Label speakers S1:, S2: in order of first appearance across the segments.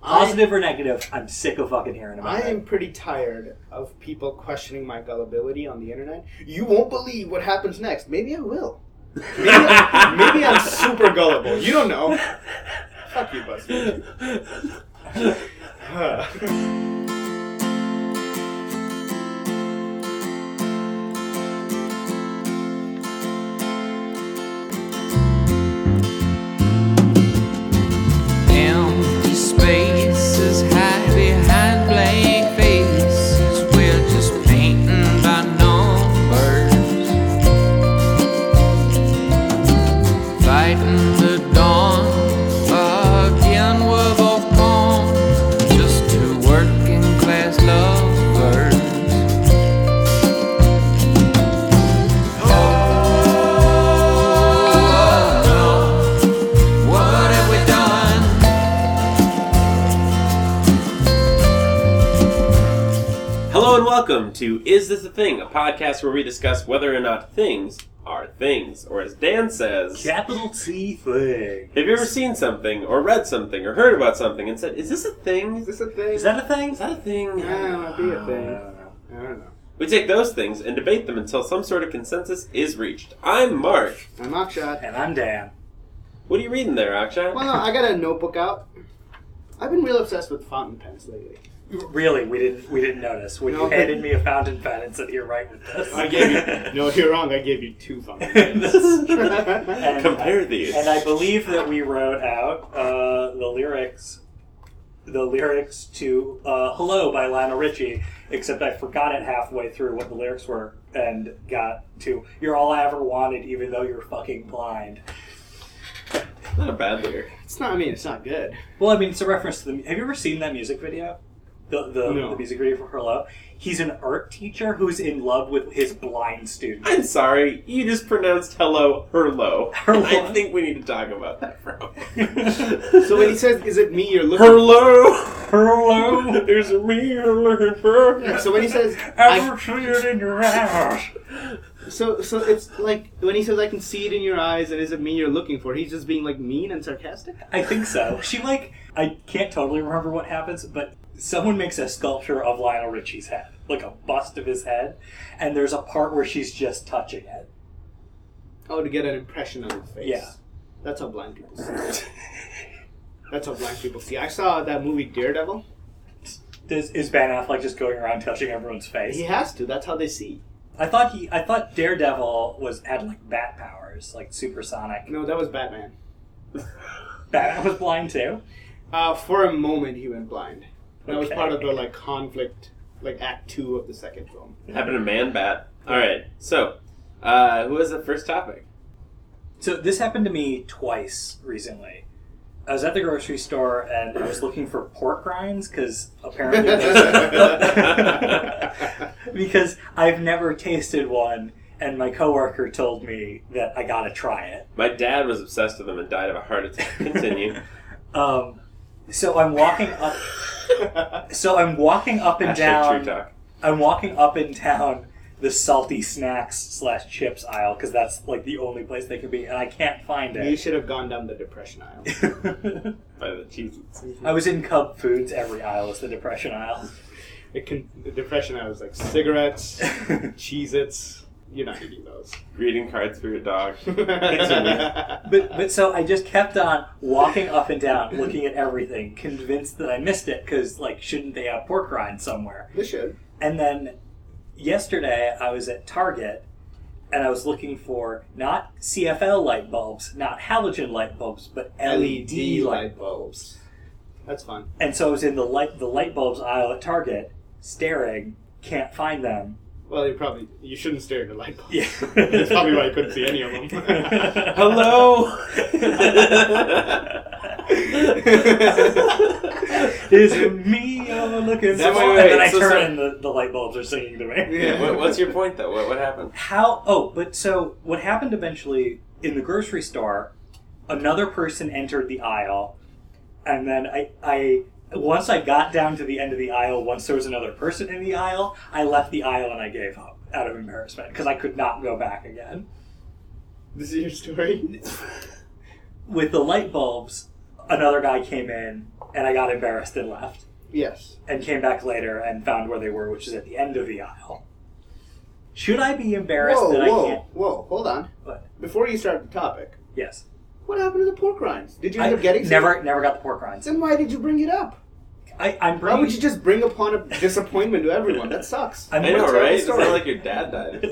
S1: Positive or negative, I'm sick of fucking hearing about
S2: I
S1: it.
S2: am pretty tired of people questioning my gullibility on the internet. You won't believe what happens next. Maybe I will. Maybe, I, maybe I'm super gullible. You don't know. Fuck you, BuzzFeed. Huh.
S3: Empty spaces hide behind blank faces. We're just painting by numbers, fighting the dawn again. We're both gone, just two working class lovers. Oh, what have we done?
S4: Hello and welcome to Is This a Thing, a podcast where we discuss whether or not things are things, or as Dan says,
S1: Capital T thing.
S4: have you ever seen something, or read something, or heard about something, and said, "Is this a thing? Is
S2: Is this a thing?
S1: Is that a thing?
S4: that a thing?"
S2: Yeah, it might be a thing.
S1: Uh,
S2: I don't know.
S4: We take those things and debate them until some sort of consensus is reached. I'm Mark.
S2: I'm Akshat.
S1: and I'm Dan.
S4: What are you reading there, Akshat?
S2: Well, no, I got a notebook out. I've been real obsessed with fountain pens lately.
S1: Really, we didn't we didn't notice when
S2: No.
S1: you handed me a fountain pen and said you're right with this.
S2: I gave you. No, you're wrong. I gave you two fountain pens.
S1: And
S4: Compare
S1: I-
S4: these.
S1: And I believe that we wrote out uh, the lyrics, the lyrics to uh, "Hello" by Lionel Richie. Except I forgot it halfway through what the lyrics were, and got to "You're all I ever wanted, even though you're fucking blind."
S4: Not a bad lyric.
S2: it's not. I mean, it's not good.
S1: Well, I mean, it's a reference to the. Have you ever seen that music video? The, the,
S2: No.
S1: the music video for Hello? He's an art teacher who's in love with his blind student.
S4: I'm sorry, you just pronounced hello herlo.
S1: Herlo.
S4: I think we need to talk about that for a moment.
S2: So when he says, "Is it me you're looking?"
S4: Hello!
S1: Hello?
S4: Is it me you're looking for?
S2: Yeah, so when he says,
S1: Ever see it in your eyes?
S2: So so it's like when he says I can see it in your eyes and is it me you're looking for, he's just being like mean and sarcastic?
S1: I think so. She, like, I can't totally remember what happens, but someone makes a sculpture of Lionel Richie's head, like a bust of his head, and there's a part where she's just touching it.
S2: Oh, to get an impression on his face.
S1: Yeah.
S2: That's how blind people see. That's how blind people see. I saw that movie Daredevil.
S1: Does, is Van Affleck just going around touching everyone's face?
S2: He has to, that's how they see.
S1: I thought he, I thought Daredevil was had like bat powers, like supersonic.
S2: No, that was Batman.
S1: Batman was blind too.
S2: Uh, for a moment he went blind. That was
S1: Okay.
S2: part of the like conflict like act two of the second film.
S4: Happened to Man Bat. All right. So, uh, who was the first topic?
S1: So this happened to me twice recently. I was at the grocery store and I was looking for pork rinds because apparently, because I've never tasted one, and my coworker told me that I gotta try it.
S4: My dad was obsessed with them and died of a heart attack. Continue.
S1: Um, so I'm walking up. So I'm walking up and
S4: Hashtag
S1: down.
S4: True talk.
S1: I'm walking up and down the salty snacks slash chips aisle because that's like the only place they can be, and I can't find
S2: you
S1: it.
S2: should have gone down the depression aisle.
S4: By the Jesus.
S1: I was in Cub Foods. Every aisle is the depression aisle.
S2: It can the depression aisle was like cigarettes, Cheez Its. You're not eating those.
S4: Greeting cards for your dog.
S1: But but so I just kept on walking up and down, looking at everything, convinced that I missed it because like shouldn't they have pork rinds somewhere?
S2: They should.
S1: And then yesterday I was at Target and I was looking for not CFL light bulbs, not halogen light bulbs, but
S4: E
S1: LED E light bulbs.
S2: That's fun.
S1: And so I was in the light the light bulbs aisle at Target, staring, can't find them.
S2: Well, you probably you shouldn't stare at the light bulb.
S1: Yeah.
S2: That's probably why you couldn't see any of them.
S4: Hello.
S1: Is it me you're looking
S4: Then
S1: for?
S4: wait, wait,
S1: and then I
S4: so
S1: turn
S4: sorry.
S1: and the, the light bulbs are singing to me.
S2: Yeah.
S4: what, what's your point though? What, what happened?
S1: How? Oh, but so what happened eventually in the grocery store? Another person entered the aisle, and then I, I once I got down to the end of the aisle. Once there was another person in the aisle, I left the aisle and I gave up out of embarrassment because I could not go back again.
S2: This is your story.
S1: With the light bulbs, another guy came in, and I got embarrassed and left.
S2: Yes.
S1: And came back later and found where they were, which is at the end of the aisle. Should I be embarrassed
S2: Whoa,
S1: that
S2: whoa,
S1: I can't?
S2: whoa! Hold on.
S1: What?
S2: Before you start the topic,
S1: Yes.
S2: what happened to the pork rinds? Did you
S1: I
S2: end up getting some?
S1: never, never got the pork rinds.
S2: Then why did you bring it up?
S1: I, I'm
S2: Why
S1: bringing.
S2: would you just bring upon a disappointment to everyone? That sucks.
S1: I'm
S4: I
S1: gonna
S4: know,
S1: tell
S4: right?
S1: the
S4: It's not
S1: story.
S4: like your dad died.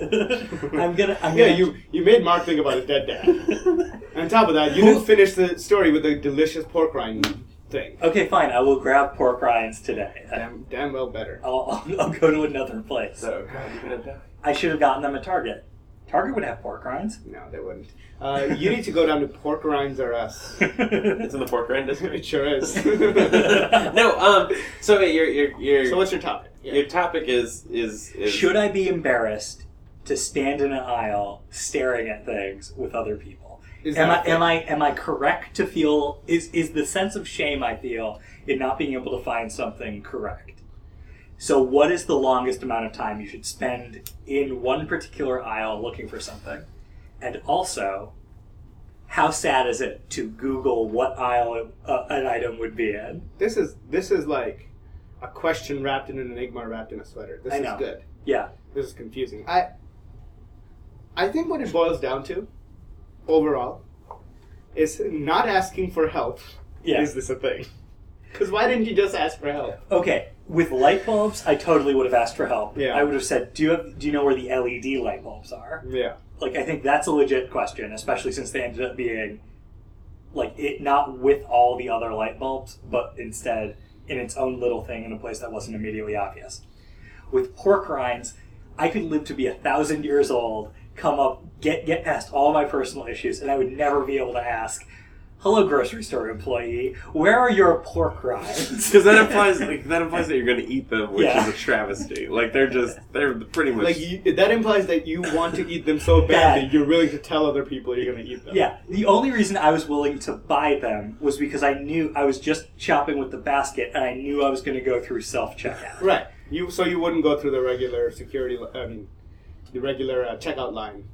S1: I'm gonna. I'm
S2: yeah,
S1: gonna,
S2: you you made Mark think about his dead dad. And on top of that, you didn't finish the story with the delicious pork rind thing.
S1: Okay, fine. I will grab pork rinds today.
S2: Damn, damn well better.
S1: I'll, I'll, I'll go to another place.
S4: So, God, you're gonna die.
S1: I should have gotten them at Target. Target would have pork rinds.
S2: No, they wouldn't. Uh, you need to go down to Pork Rinds or Us.
S4: It's in the pork rind
S2: It
S4: district.
S2: sure is.
S4: no, um. So wait, your your your
S2: So what's your topic?
S4: your topic is is, is
S1: Should I be embarrassed to stand in an aisle staring at things with other people?
S2: Is
S1: am I
S2: that a
S1: am I am I correct to feel is is the sense of shame I feel in not being able to find something correct? So what is the longest amount of time you should spend in one particular aisle looking for something? And also, how sad is it to Google what aisle it- uh, an item would be in?
S2: This is this is like a question wrapped in an enigma wrapped in a sweater. This
S1: I
S2: is
S1: know.
S2: good.
S1: Yeah.
S2: This is confusing. I I think what it boils down to, overall, is not asking for help.
S1: Yeah.
S2: Is this a thing? Because why didn't you just ask for help?
S1: Okay, with light bulbs, I totally would have asked for help.
S2: Yeah.
S1: I would have said, "Do you have, do you know where the LED light bulbs are?"
S2: Yeah.
S1: Like, I think that's a legit question, especially since they ended up being like it not with all the other light bulbs, but instead in its own little thing in a place that wasn't immediately obvious. With pork rinds, I could live to be a thousand years old, come up, get get past all my personal issues, and I would never be able to ask. Hello, grocery store employee. Where are your pork rinds?
S4: Because that implies like, that implies that you're going to eat them, which
S1: Yeah.
S4: is a travesty. Like they're just they're pretty much
S2: Like you, that implies that you want to eat them so bad
S1: Bad.
S2: that you're willing to tell other people you're going to eat them.
S1: Yeah, the only reason I was willing to buy them was because I knew I was just shopping with the basket and I knew I was going to go through self checkout.
S2: Right. You so you wouldn't go through the regular security. li- I mean, the regular uh, checkout line.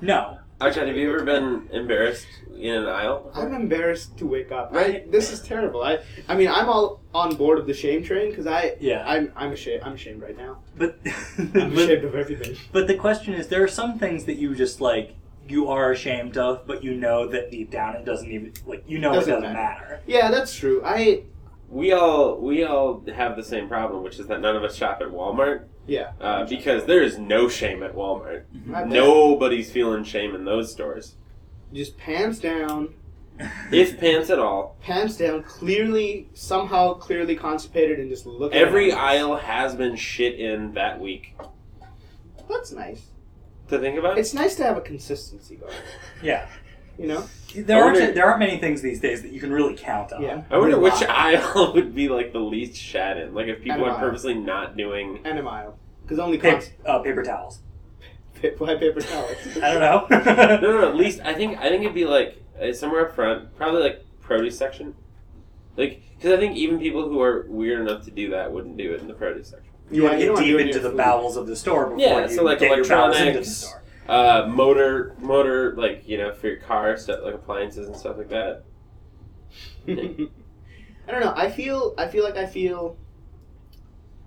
S1: No.
S4: Archon, have you ever been embarrassed in an aisle?
S2: I'm embarrassed to wake up. I,
S4: Right.
S2: this is terrible. I I mean, I'm all on board of the shame train because I
S1: Yeah.
S2: I'm I'm ashamed. I'm ashamed right now.
S1: But,
S2: I'm ashamed
S1: but
S2: of everything.
S1: but the question is there are some things that you just like you are ashamed of, but you know that deep down it doesn't even like you know
S2: Doesn't
S1: it doesn't matter.
S2: Yeah, that's true. I
S4: We all we all have the same problem, which is that none of us shop at Walmart
S2: yeah.
S4: uh, because there is no shame at Walmart.
S2: I bet.
S4: Nobody's feeling shame in those stores,
S2: Just pants down,
S4: if pants at all.
S2: pants down. Clearly, somehow, clearly constipated, and just look. at
S4: Every
S2: it.
S4: aisle has been shit in that week.
S2: That's nice.
S4: To think about,
S2: It's nice to have a consistency going.
S1: Yeah.
S2: You know.
S1: There aren't
S4: Order-
S1: there aren't many things these days that you can really count on.
S2: Yeah.
S4: I wonder
S2: Really
S4: which
S2: lot.
S4: aisle would be like the least shat in. Like if people
S2: An
S4: are
S2: aisle.
S4: purposely not doing.
S2: And a mile. Because only
S1: Pa-
S2: const-
S1: uh, paper towels.
S2: pa- why paper towels?
S1: I don't know.
S4: No, no, at least I think I think it'd be like uh, somewhere up front, probably like produce section, like because I think even people who are weird enough to do that wouldn't do it in the produce section.
S1: you
S2: Yeah,
S1: want
S2: you
S1: to
S2: don't
S1: get
S2: wanna do
S1: deep
S2: it in
S1: into
S2: your
S1: the
S2: food.
S1: bowels of the store before you
S4: Yeah, so, like,
S1: get your bowels into the
S4: electronics,
S1: store.
S4: Uh, motor, motor, like you know, for your car stuff, like appliances and stuff like that.
S2: I don't know. I feel. I feel like I feel.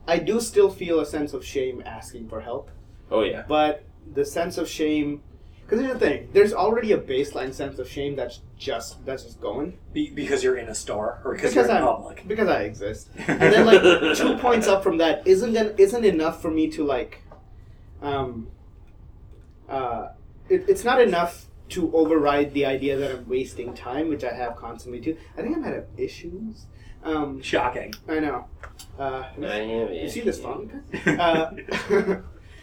S2: I do still feel a sense of shame asking for help,
S4: Oh yeah,
S2: but the sense of shame. Because here's the thing: there's already a baseline sense of shame that's just that's just going
S1: Be- because you're in a store or because, you're in
S2: I'm
S1: public.
S2: because I exist, and then like two points up from that isn't an, isn't enough for me to like, um, uh, it, it's not enough to override the idea that I'm wasting time, which I have constantly too. I think I'm out of issues. Um,
S1: Shocking.
S2: I know. Uh,
S4: I am.
S2: you see this phone? Uh,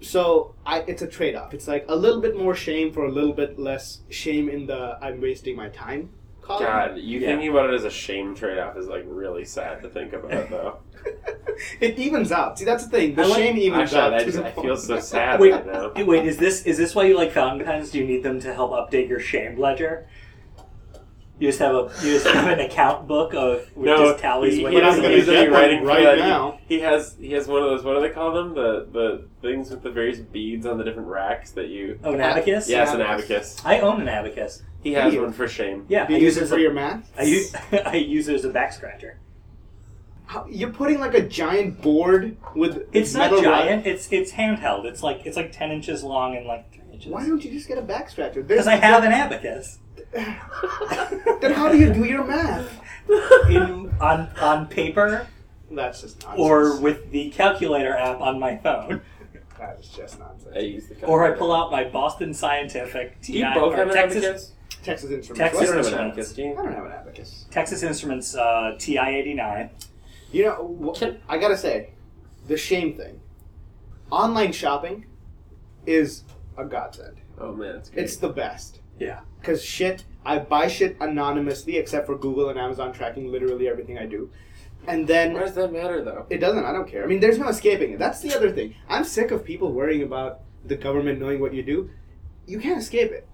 S2: so I, it's a trade-off. It's like a little bit more shame for a little bit less shame in the I'm wasting my time. column.
S4: God, you
S1: Yeah.
S4: thinking about it as a shame trade-off is like really sad to think about, though.
S2: it evens out. See, that's the thing. The
S4: I like-
S2: shame evens
S4: Actually,
S2: out.
S4: I,
S2: to
S4: just,
S2: the
S4: I
S2: point.
S4: feel so sad
S1: Wait.
S4: right now.
S1: Wait, is this is this why you like fountain pens? Do you need them to help update your shame ledger? You just have a you just have an account book of with just tallies.
S4: he,
S1: what
S4: he
S2: We're not
S1: you
S4: doesn't
S2: gonna
S1: made.
S4: need
S2: get
S4: any
S2: one
S4: writing
S2: right
S4: right that.
S2: now.
S4: now. He, he has he has one of those. What do they call them? The the things with the various beads on the different racks that you.
S1: Oh, an abacus.
S4: Yes, an abacus.
S1: I own an abacus.
S4: He has
S2: Idiot.
S4: one for shame.
S1: Yeah,
S2: Do
S1: I
S2: you use it
S1: as
S2: for
S1: a-
S2: your math?
S1: I use, I use it as a back scratcher.
S2: How- You're putting like a giant board with
S1: It's not
S2: metal rod-
S1: giant. It's it's handheld. It's like it's like ten inches long and like three inches.
S2: Why don't you just get a back scratcher?
S1: Because I have an abacus.
S2: Then how do you do your math?
S1: in on on paper
S2: That's just nonsense.
S1: or with the calculator app on my phone,
S2: that's just nonsense.
S4: I use the
S1: or I pull out my Boston Scientific TI
S4: Do you both
S1: or
S4: have an
S1: Texas
S4: abacus?
S2: Texas Instruments.
S1: Texas
S4: You don't have
S2: What's-
S4: an
S1: Instruments.
S4: abacus, do you?
S2: I don't have an abacus.
S1: Texas Instruments uh, TI eighty nine.
S2: You know, wh- I gotta say, the shame thing. Online shopping is a godsend.
S4: Oh man, it's great.
S2: It's the best.
S1: Yeah.
S2: Cause shit, I buy shit anonymously, except for Google and Amazon tracking literally everything I do, and then
S4: Why does that matter though?
S2: It doesn't. I don't care. I mean, there's no escaping it. That's the other thing. I'm sick of people worrying about the government knowing what you do. You can't escape it.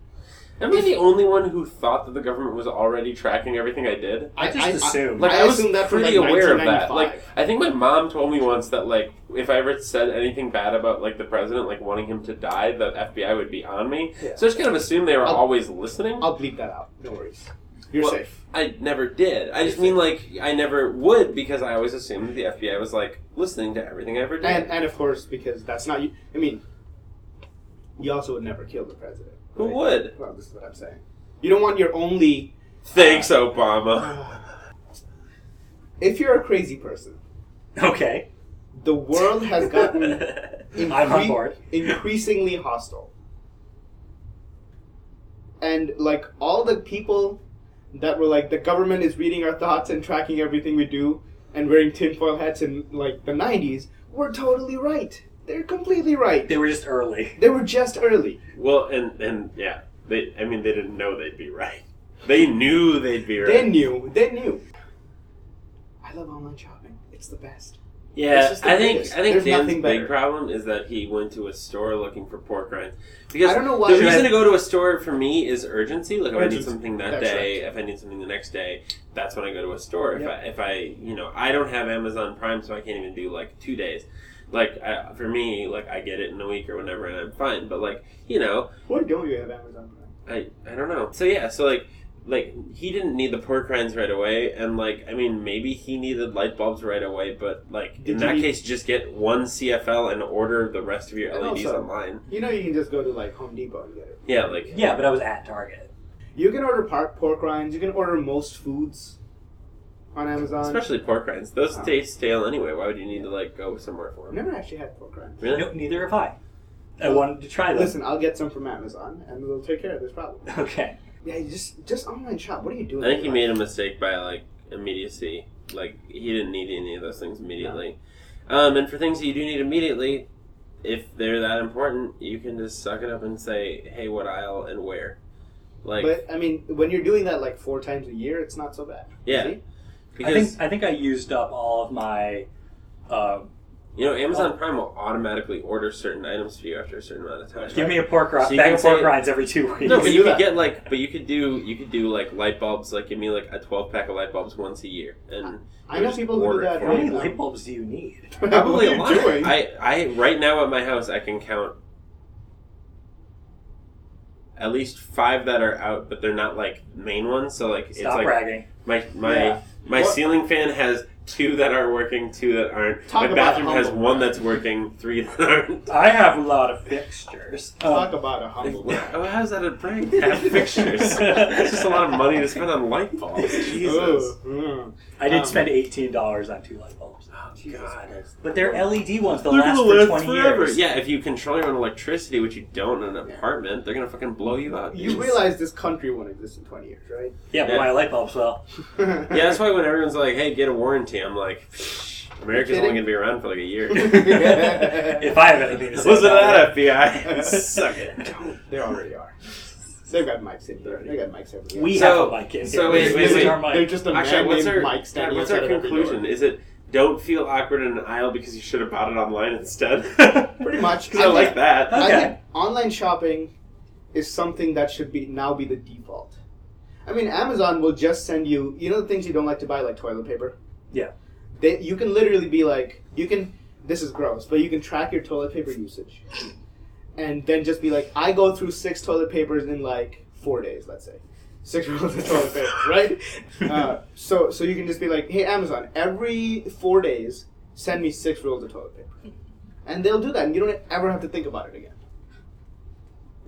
S4: Am I the only one who thought that the government was already tracking everything I did?
S1: I just assume.
S4: Like
S2: I
S4: I, was
S2: assumed that from,
S4: pretty
S2: like,
S4: aware of that.
S2: 1995.
S4: Like I think my mom told me once that like if I ever said anything bad about like the president, like wanting him to die, the FBI would be on me.
S2: Yeah.
S4: So I just kind of assumed they were
S2: I'll-
S4: always listening.
S2: I'll bleep that out. No worries. You're
S4: Well,
S2: safe.
S4: I never did. I just mean like I never would because I always assumed that the FBI was like listening to everything I ever did.
S2: And and of course, because that's not you. I mean, you also would never kill the president.
S4: who
S2: right?
S4: would?
S2: Well, this is what I'm saying. You don't want your only.
S4: Thanks, Obama.
S2: If you're a crazy person,
S1: Okay.
S2: the world has gotten
S1: I'm on
S2: incre-
S1: board.
S2: increasingly hostile. And like all the people that were like the government is reading our thoughts and tracking everything we do and wearing tinfoil hats in like the nineties were totally right. They're completely right.
S1: They were just early.
S2: They were just early.
S4: Well, and and yeah, they. I mean, they didn't know they'd be right. They knew they'd be right.
S2: They knew. They knew. I love online shopping. It's the best. It's
S4: Yeah,
S2: just the
S4: I think
S2: greatest.
S4: I think
S2: There's
S4: Dan's
S2: nothing
S4: big
S2: better.
S4: problem is that he went to a store looking for pork rinds. Because
S2: I don't know why
S4: the
S2: we
S4: reason
S2: had-
S4: to go to a store for me is urgency. Like if I need
S2: Urgency.
S4: something that
S2: That's
S4: day, if I need something the next day, that's when I go to a store.
S2: Yep.
S4: If I if I you know I don't have Amazon Prime, so I can't even do like two days. Like I, for me, like I get it in a week or whenever, and I'm fine. But like you know,
S2: Why don't you have Amazon Prime?
S4: I I don't know. So yeah, so like like he didn't need the pork rinds right away, and like I mean maybe he needed light bulbs right away, but like
S2: Did
S4: in
S2: you
S4: that
S2: need-
S4: case, just get one CFL and order the rest of your
S2: And
S4: LEDs
S2: also-
S4: online.
S2: You know you can just go to like Home Depot and get it.
S4: Yeah, like
S1: Yeah, but I was at Target.
S2: You can order park pork rinds. You can order most foods on Amazon.
S4: especially pork rinds. Those
S2: Oh.
S4: taste stale anyway. Why would you need to like go somewhere for
S2: I've
S4: them?
S2: never actually had pork rinds.
S4: Really?
S1: No, neither have I. I wanted to try them.
S2: Listen, I'll get some from Amazon, and we'll take care of this problem.
S1: Okay.
S2: Yeah, you just just online shop. What are you doing?
S4: I think he made a mistake by like immediacy. Like he didn't need any of those things immediately. Um, and for things that you do need immediately, if they're that important, you can just suck it up and say, "Hey, what aisle and where." Like
S2: but I mean, when you're doing that like four times a year, it's not so bad.
S4: Yeah.
S2: See?
S4: because
S1: I think I think I used up all of my. Uh,
S4: you know Amazon Prime will automatically order certain items for you after a certain amount of time.
S1: give me a pork rind.
S4: So you
S1: bag
S4: can
S1: of pork
S4: say-
S1: rinds every two weeks.
S4: no, but
S2: can
S4: you
S2: do
S4: could
S2: that.
S4: get like, but you could do you could do like light bulbs. Like give me like a twelve pack of light bulbs once a year, and
S2: I know
S4: Just
S2: people who
S4: order
S2: do that.
S4: it.
S1: How many
S2: right now.
S1: light bulbs do you need?
S2: What
S4: probably
S2: are
S4: a
S2: you
S4: lot.
S2: doing?
S4: I I right now at my house I can count at least five that are out, but they're not like main ones. So like it's
S1: Stop
S4: like
S1: bragging.
S4: my my
S2: Yeah.
S4: my
S2: What-
S4: ceiling fan has two that are working, two that aren't.
S2: Talk
S4: my
S2: about
S4: bathroom has
S2: humble.
S4: one that's working, three that aren't.
S1: I have a lot of fixtures. Um,
S2: Talk about a humble. brag.
S4: Oh, how's that a prank? Have fixtures. It's just a lot of money to spend on light bulbs. Jesus.
S2: Ugh, mm.
S1: I did
S2: Um,
S1: spend eighteen dollars on two light bulbs,
S4: Oh,
S2: Jesus Christ.
S1: but they're LED ones. They'll
S4: They're
S1: last
S4: gonna
S1: for
S4: last
S1: twenty
S4: forever.
S1: years.
S4: Yeah, if you control your own electricity, which you don't in an apartment, they're gonna fucking blow you up.
S2: You realize this country won't exist in 20 years, right?
S1: Yeah, but
S4: Yeah.
S1: my light bulbs will.
S4: Yeah, that's why when everyone's like, "Hey, get a warranty," I'm like, "America's only
S2: kidding?
S4: gonna be around for like a year."
S1: if I have anything to say,
S4: Listen to
S1: about
S4: that, FBI. Suck it.
S2: Don't. They already are. They've got mics in there. They got mics everywhere.
S1: it. We
S4: So-
S1: have a mic in
S4: so
S1: here.
S4: wait, wait,
S1: This is
S4: wait.
S1: our mic.
S2: They're just a man
S4: Actually, what's
S2: named
S4: our,
S2: Mike standing
S4: what's
S2: outside
S4: our
S2: of every
S4: conclusion?
S2: door.
S4: Is it don't feel awkward in an aisle because you should have bought it online instead?
S2: Pretty much.
S4: 'Cause I like that.
S1: Okay.
S2: I think online shopping is something that should be now be the default. I mean, Amazon will just send you, you know, the things you don't like to buy, like toilet paper.
S1: Yeah.
S2: They, you can literally be like, you can. This is gross, but you can track your toilet paper usage, and then just be like, I go through six toilet papers in like four days, let's say. six rolls of toilet paper, right? Uh, so so you can just be like, hey Amazon, every four days, send me six rolls of toilet paper, and they'll do that, and you don't ever have to think about it again.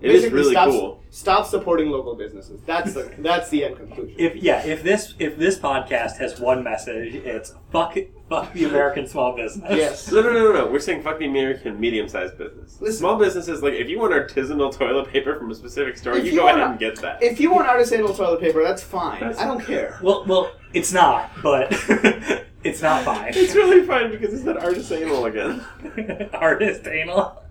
S4: It is
S2: Basically,
S4: really
S2: stop,
S4: cool.
S2: Stop supporting local businesses. That's the that's the end conclusion.
S1: If yeah, if this if this podcast has one message, it's fuck fuck the American small business.
S2: yes.
S4: No, no, no, no, no. We're saying fuck the American medium-sized business.
S2: Listen.
S4: Small businesses, like if you want artisanal toilet paper from a specific store,
S2: If
S4: you,
S2: you
S4: go
S2: wanna-
S4: ahead and get that.
S2: If you want artisanal toilet paper, that's fine.
S4: That's-
S2: I don't care.
S1: Well, well, it's not, but it's not fine.
S4: it's really fun because it's that artisanal again.
S1: Artist anal.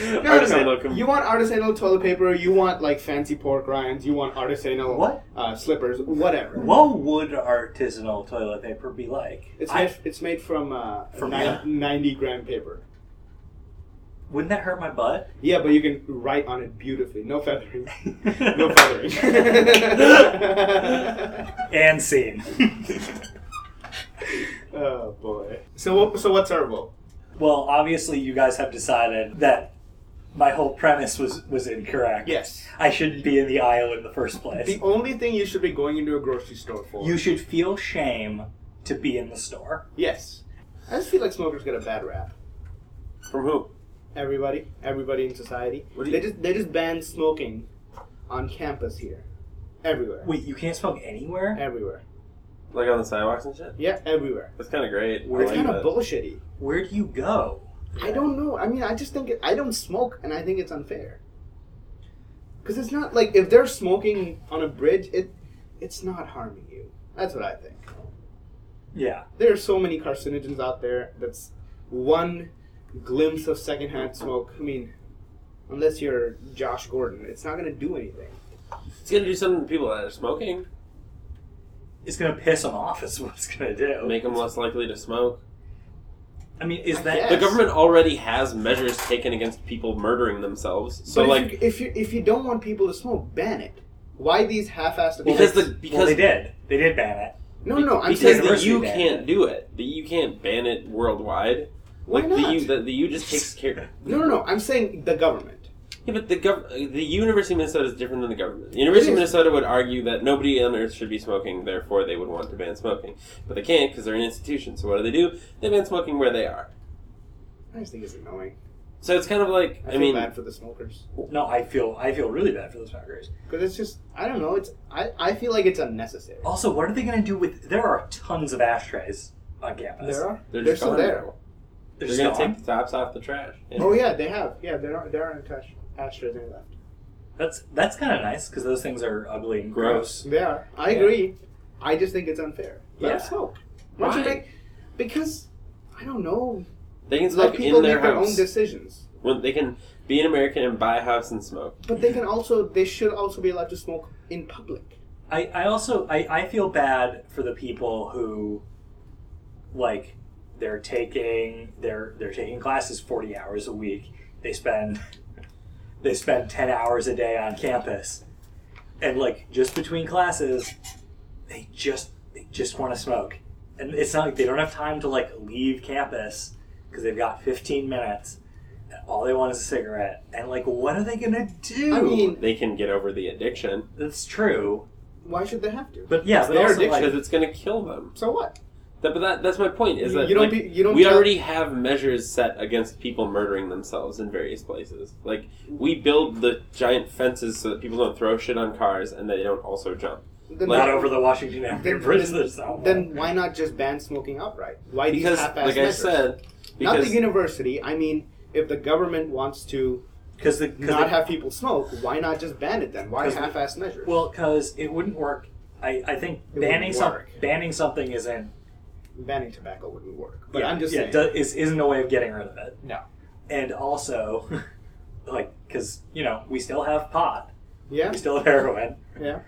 S2: No, no,
S4: artisanal.
S2: no.
S4: com-
S2: You want artisanal toilet paper. You want like fancy pork rinds. You want artisanal
S1: What?
S2: Uh, slippers. Whatever.
S1: What would artisanal toilet paper be like?
S2: It's
S1: I-
S2: made, it's made from, uh,
S1: From
S2: nine-
S1: what?
S2: 90 gram paper.
S1: wouldn't that hurt my butt?
S2: Yeah, but you can write on it beautifully. No feathering. No feathering.
S1: and scene.
S2: oh boy. So what- so what's our vote?
S1: well, obviously, you guys have decided that my whole premise was was incorrect.
S2: Yes.
S1: I shouldn't be in the aisle in the first place.
S2: The only thing you should be going into a grocery store for.
S1: You should feel shame to be in the store.
S2: yes. I just feel like smokers get a bad rap.
S4: From who?
S2: Everybody, everybody in society.
S4: What do
S2: they
S4: you-
S2: just they just ban smoking on campus here, everywhere,
S1: Wait, you can't smoke anywhere?
S2: everywhere.
S4: Like on the sidewalks and shit.
S2: Yeah, everywhere.
S4: That's kind of great. I
S1: Where
S2: It's
S4: like
S2: kind
S4: that.
S2: of bullshitty.
S1: Where do you go?
S2: I don't know. I mean, I just think it, I don't smoke, and I think it's unfair. Because it's not like if they're smoking on a bridge, it it's not harming you. That's what I think.
S1: Yeah.
S2: There are so many carcinogens out there. That's one glimpse of secondhand smoke. I mean, unless you're Josh Gordon, it's not gonna do anything.
S4: It's gonna do something to people that are smoking.
S1: It's going to piss them off, is what it's going to do.
S4: Make them less likely to smoke.
S1: I mean, is
S2: I
S1: that.
S4: The
S2: guess.
S4: government already has measures taken against people murdering themselves. So
S2: but
S4: like,
S2: if you, if you if you don't want people to smoke, ban it. Why these half-assed?
S4: Well,
S2: things?
S4: because the because
S1: well, they did. They did ban it.
S2: no no I'm
S4: because
S2: saying
S1: the
S4: the
S1: university
S4: EU
S1: banned
S4: can't
S1: it.
S4: do it. The EU can't ban it worldwide.
S2: Why
S4: like
S2: not?
S4: the EU, the, the EU just takes care.
S2: no no no I'm saying the government.
S4: Yeah, but the gov- the University of Minnesota is different than the government. The University of
S2: is.
S4: Minnesota would argue that nobody on earth should be smoking, therefore they would want to ban smoking, but they can't because they're an institution. So what do they do? They ban smoking where they are.
S2: I just think it's annoying.
S4: So it's kind of like
S2: I,
S4: I,
S2: feel
S4: mean,
S2: bad for the smokers
S1: No, I feel I feel really bad for those smokers.
S2: because it's just I don't know. It's I, I feel like it's unnecessary.
S1: Also, what are they going to do with? There are tons of ashtrays on campus.
S2: There are
S4: they're,
S2: they're,
S4: just
S2: still
S4: gone
S2: there.
S4: now.
S1: They're,
S4: They're
S1: just
S4: gonna
S1: gone.
S4: take the tops off the trash. Yeah.
S2: Oh yeah, they have. Yeah, there are there aren't ash- ashtrays any left.
S1: That's that's kind of nice because those things are ugly and
S4: Gross.
S1: gross.
S2: They are. I
S1: Yeah.
S2: agree. I just think it's unfair. Let
S1: Yeah.
S2: them smoke. Why? don't you
S4: Why?
S2: make- because I don't know.
S4: They can
S2: Let
S4: smoke
S2: people
S4: in
S2: make
S4: their
S2: their
S4: house.
S2: own decisions.
S4: when they can be an American and buy a house and smoke.
S2: But they can also they should also be allowed to smoke in public.
S1: I, I also I, I feel bad for the people who like they're taking they're they're taking classes 40 hours a week they spend they spend 10 hours a day on campus and like just between classes they just they just want to smoke and it's not like they don't have time to like leave campus because they've got 15 minutes and all they want is a cigarette and like what are they gonna do
S2: I mean,
S4: They can get over the addiction
S1: that's true
S2: why should they have to?
S1: but yeah but
S2: their
S1: also,
S2: addiction.
S1: like,
S4: because it's going to kill them.
S2: So what?
S4: That, but that, that's my point. Is
S2: You-
S4: that
S2: you don't
S4: like,
S2: be- you don't
S4: we
S2: tell-
S4: already have measures set against people murdering themselves in various places. Like we build the giant fences so that people don't throw shit on cars and they don't also jump.
S2: Then,
S4: Like-
S1: not over the Washington Avenue
S2: then,
S1: Bridge.
S2: then-
S1: There's not
S2: then
S1: one.
S2: why not just ban smoking outright? Why do
S4: Because,
S2: these half-ass
S4: like I
S2: measures?
S4: said,
S2: not
S4: because
S2: the university. I mean, if the government wants to
S1: because the cause
S2: not
S1: the-
S2: have people smoke, why not just ban it then? Why
S1: 'Cause we-
S2: half-ass measures?
S1: well because it wouldn't work. I, I think
S2: wouldn't
S1: banning some,
S2: work.
S1: banning something isn't
S2: banning tobacco wouldn't work. But
S1: yeah,
S2: I'm just
S1: yeah,
S2: saying.
S1: do- is isn't a way of getting rid of it.
S2: no.
S1: And also, like because you know we still have pot,
S2: Yeah.
S1: we still have heroin,
S2: Yeah.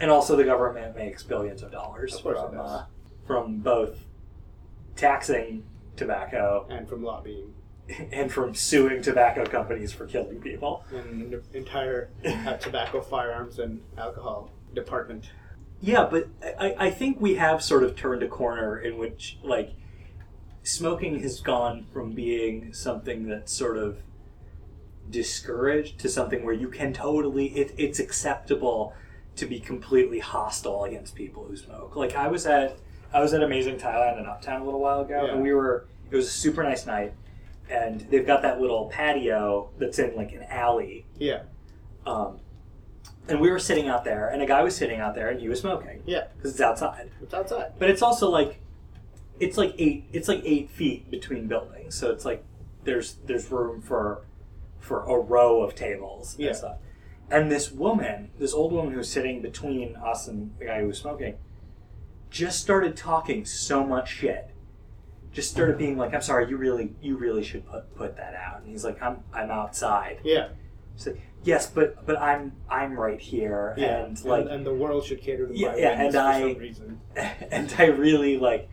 S1: and also the government makes billions of dollars
S2: Of course it
S1: from
S2: does.
S1: Uh, from both taxing tobacco
S2: And from lobbying
S1: and from suing tobacco companies for killing people.
S2: and the entire uh, tobacco, firearms, and alcohol department.
S1: Yeah, but I, I think we have sort of turned a corner in which, like, smoking has gone from being something that's sort of discouraged to something where you can totally, it, it's acceptable to be completely hostile against people who smoke. Like I was at I was at Amazing Thailand in Uptown a little while ago,
S2: Yeah.
S1: and we were it was a super nice night, and they've got that little patio that's in like an alley,
S2: Yeah.
S1: um, and we were sitting out there, and a guy was sitting out there, and he was smoking
S2: Yeah.
S1: because it's outside,
S2: It's outside.
S1: but it's also like it's like eight it's like eight feet between buildings, so it's like there's there's room for for a row of tables
S2: Yeah.
S1: and stuff. And this woman, this old woman who's sitting between us and the guy who was smoking, just started talking so much shit. Just started being like, "I'm sorry, you really, you really should put put that out." And he's like, "I'm I'm outside."
S2: Yeah.
S1: She's like, "Yes, but but I'm I'm right here."
S2: Yeah.
S1: And like,
S2: and, the world should cater to
S1: Yeah,
S2: my
S1: yeah,
S2: whims
S1: and I-
S2: for some reason.
S1: and I really like,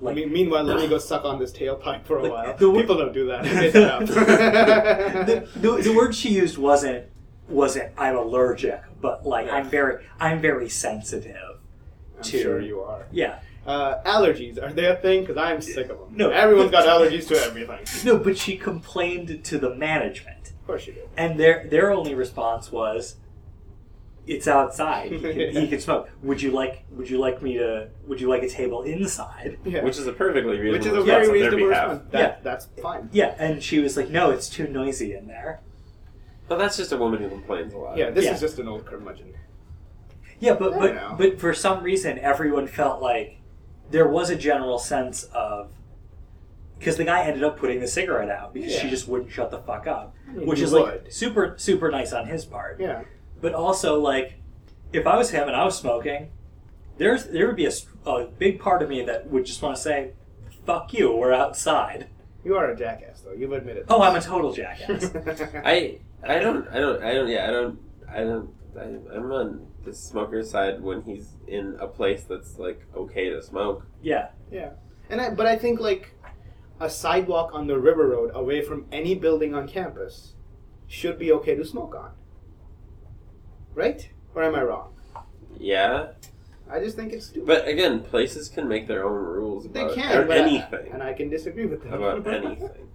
S1: like
S2: Me- meanwhile, let me go suck on this tailpipe for a
S1: Like,
S2: while.
S1: the wo-
S2: People don't do that. They get up.
S1: the, the, the word she used wasn't wasn't I'm allergic, but like
S4: Yeah.
S1: I'm very I'm very sensitive.
S2: I'm
S1: to-
S2: sure you are.
S1: Yeah.
S2: Uh, allergies are they a thing? Because I'm sick of them.
S1: No.
S2: everyone's got allergies to everything. Of
S1: No, but she complained to the management,
S2: course you do.
S1: and their their only response was, "It's outside. He can, he can smoke. Would you like Would you like me to Would you like a table inside?"
S2: Yeah.
S4: Which is a perfectly
S2: Which is a
S4: reasonable response
S2: very
S4: on their
S2: reasonable
S4: behalf.
S2: response. That, That's fine.
S1: Yeah, and she was like, "No, it's too noisy in there."
S4: But that's just a woman who complains a lot.
S2: Yeah, this
S1: Yeah.
S2: is just an old curmudgeon.
S1: Yeah, but
S2: I
S1: but
S2: know.
S1: but for some reason, everyone felt like there was a general sense of because the guy ended up putting the cigarette out because she
S2: Yeah.
S1: just wouldn't shut the fuck up,
S2: mean,
S1: which
S2: you
S1: is like
S2: would.
S1: super super nice on his part.
S2: Yeah.
S1: But also like, if I was him and I was smoking, there's there would be a, s- a big part of me that would just want to say, "Fuck you, we're outside."
S2: You are a jackass, though. You've admitted.
S1: Oh, I'm a total jackass.
S4: I I don't I don't I don't yeah I don't I don't I, I'm on the smoker's side when he's in a place that's like okay to smoke.
S1: yeah,
S2: yeah, and I, but I think like a sidewalk on the river road, away from any building on campus, should be okay to smoke on. Right? Or am I wrong?
S4: Yeah,
S2: I just think it's stupid.
S4: but again, places can make their own rules
S2: they
S4: about
S2: can,
S4: or
S2: but I-
S4: anything
S2: and I can disagree with them
S4: about anything.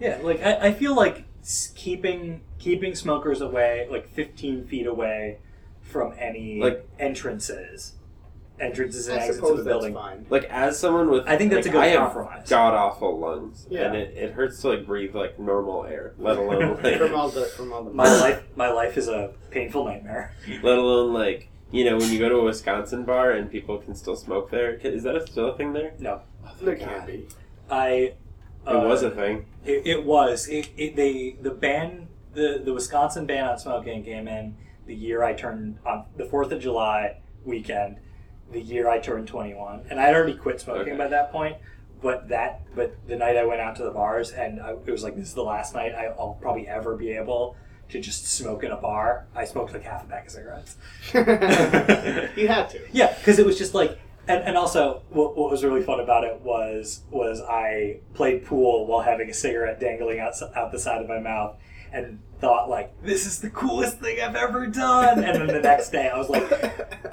S1: yeah. Like I, I feel like s- keeping keeping smokers away, like 15 feet away from any
S4: Like-
S1: entrances, entrances and
S2: I
S1: exits of
S2: suppose
S1: the
S2: that's
S1: building.
S2: fine.
S4: Like as someone with
S1: I think that's
S4: like,
S1: a good
S4: I have
S1: compromise.
S4: god awful lungs,
S2: Yeah.
S4: and it, it hurts to like breathe like normal air, let alone like
S2: From all the from all the
S1: My life, my life is a painful nightmare.
S4: let alone like you know when you go to a Wisconsin bar and people can still smoke there. Is that still a thing there?
S1: No,
S2: There can be.
S1: I. uh,
S4: it was a thing.
S1: It, it was. It, it, they the ban the the Wisconsin ban on smoking came in the year I turned on the Fourth of July weekend, the year I turned twenty one, and I'd already quit smoking
S4: Okay.
S1: by that point. But that but the night I went out to the bars and I, it was like this is the last night I, I'll probably ever be able to just smoke in a bar. I smoked like half a pack of cigarettes.
S2: you had to.
S1: Yeah, because it was just like, and, and also what, what was really fun about it was was I played pool while having a cigarette dangling out out the side of my mouth, and thought like this is the coolest thing I've ever done. And then the next day I was like,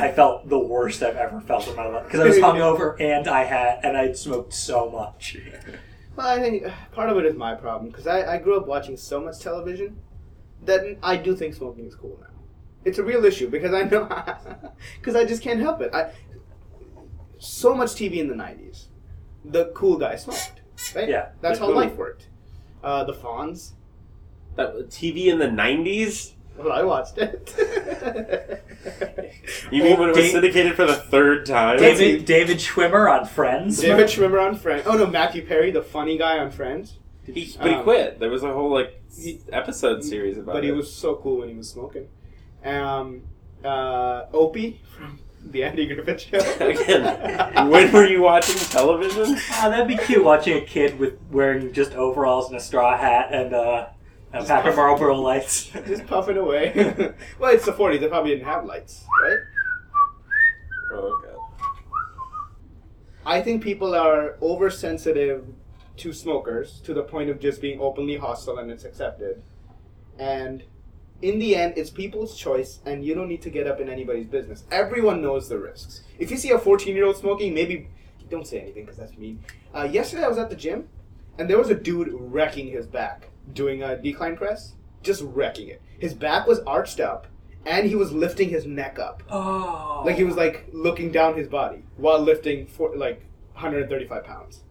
S1: I felt the worst I've ever felt in my life because I was hungover and I had and I'd smoked so much.
S2: Well, I think uh, part of it is my problem because I, I grew up watching so much television that I do think smoking is cool now. It's a real issue because I know because I just can't help it. I so much TV in the '90s. The cool guy smoked, right?
S1: Yeah.
S2: that's
S4: The
S2: how
S4: cool-
S2: life worked. Uh, the Fonz.
S4: That TV in the nineties?
S2: Well, I watched it.
S4: You mean
S1: Oh,
S4: when it was
S1: Dave-
S4: syndicated for the third time?
S1: David David Schwimmer on Friends.
S2: David Schwimmer on Friends. Oh no, Matthew Perry, the funny guy on Friends.
S4: He, but he
S2: Um,
S4: quit. There was a whole like
S2: he-
S4: episode series about
S2: But
S4: it.
S2: he was so cool when he was smoking. Um, uh, Opie from the Andy Griffith Show.
S4: Again, when were you watching television?
S1: Ah, that'd be cute watching a kid with wearing just overalls and a straw hat and uh, a pack of Marlboro lights.
S2: Just puffing away. well, it's the 40s. They probably didn't have lights, right?
S4: Oh god.
S2: I think people are oversensitive to smokers to the point of just being openly hostile and it's accepted. And in the end, it's people's choice, and you don't need to get up in anybody's business. Everyone knows the risks. If you see a 14 year old smoking, maybe don't say anything because that's mean. Uh, yesterday, I was at the gym, and there was a dude wrecking his back doing a decline press, just wrecking it. His back was arched up, and he was lifting his neck up.
S1: Oh.
S2: Like he was like looking down his body while lifting for like 135 pounds.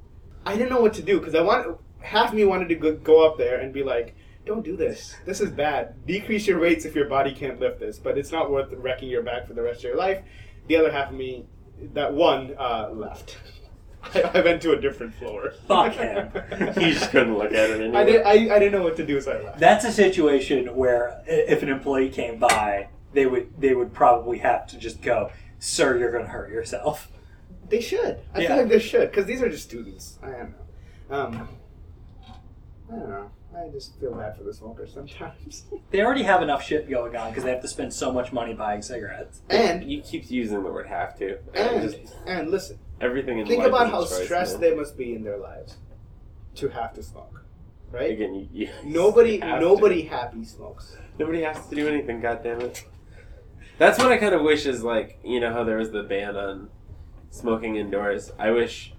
S2: I didn't know what to do because I want half me wanted to go, go up there and be like, "Don't do this. This is bad. Decrease your weights if your body can't lift this, but it's not worth wrecking your back for the rest of your life." The other half of me, that one, uh, left. I, I went to a different floor.
S1: Fuck him.
S4: He just couldn't look at it anymore.
S2: I, did, I, I didn't know what to do, so I left.
S1: That's a situation where i- if an employee came by, they would they would probably have to just go, "Sir, you're going to hurt yourself."
S2: They should. I
S1: Yeah.
S2: feel like they should because these are just students. I don't know. Um, I don't know. I just feel bad for the smokers sometimes.
S1: They already have enough shit going on because they have to spend so much money buying cigarettes.
S2: and
S4: You keep using the word have to. And
S2: and
S4: just
S2: and listen.
S4: everything in
S2: Think
S4: life
S2: about
S4: is a
S2: how
S4: choice,
S2: stressed
S4: man.
S2: they must be in their lives to have to smoke, right?
S4: Again, you, you
S2: Nobody,
S4: have to.
S2: nobody happy smokes.
S4: Nobody has to do anything, goddammit. That's what I kind of wish is like, you know how there was the ban on smoking indoors. I wish,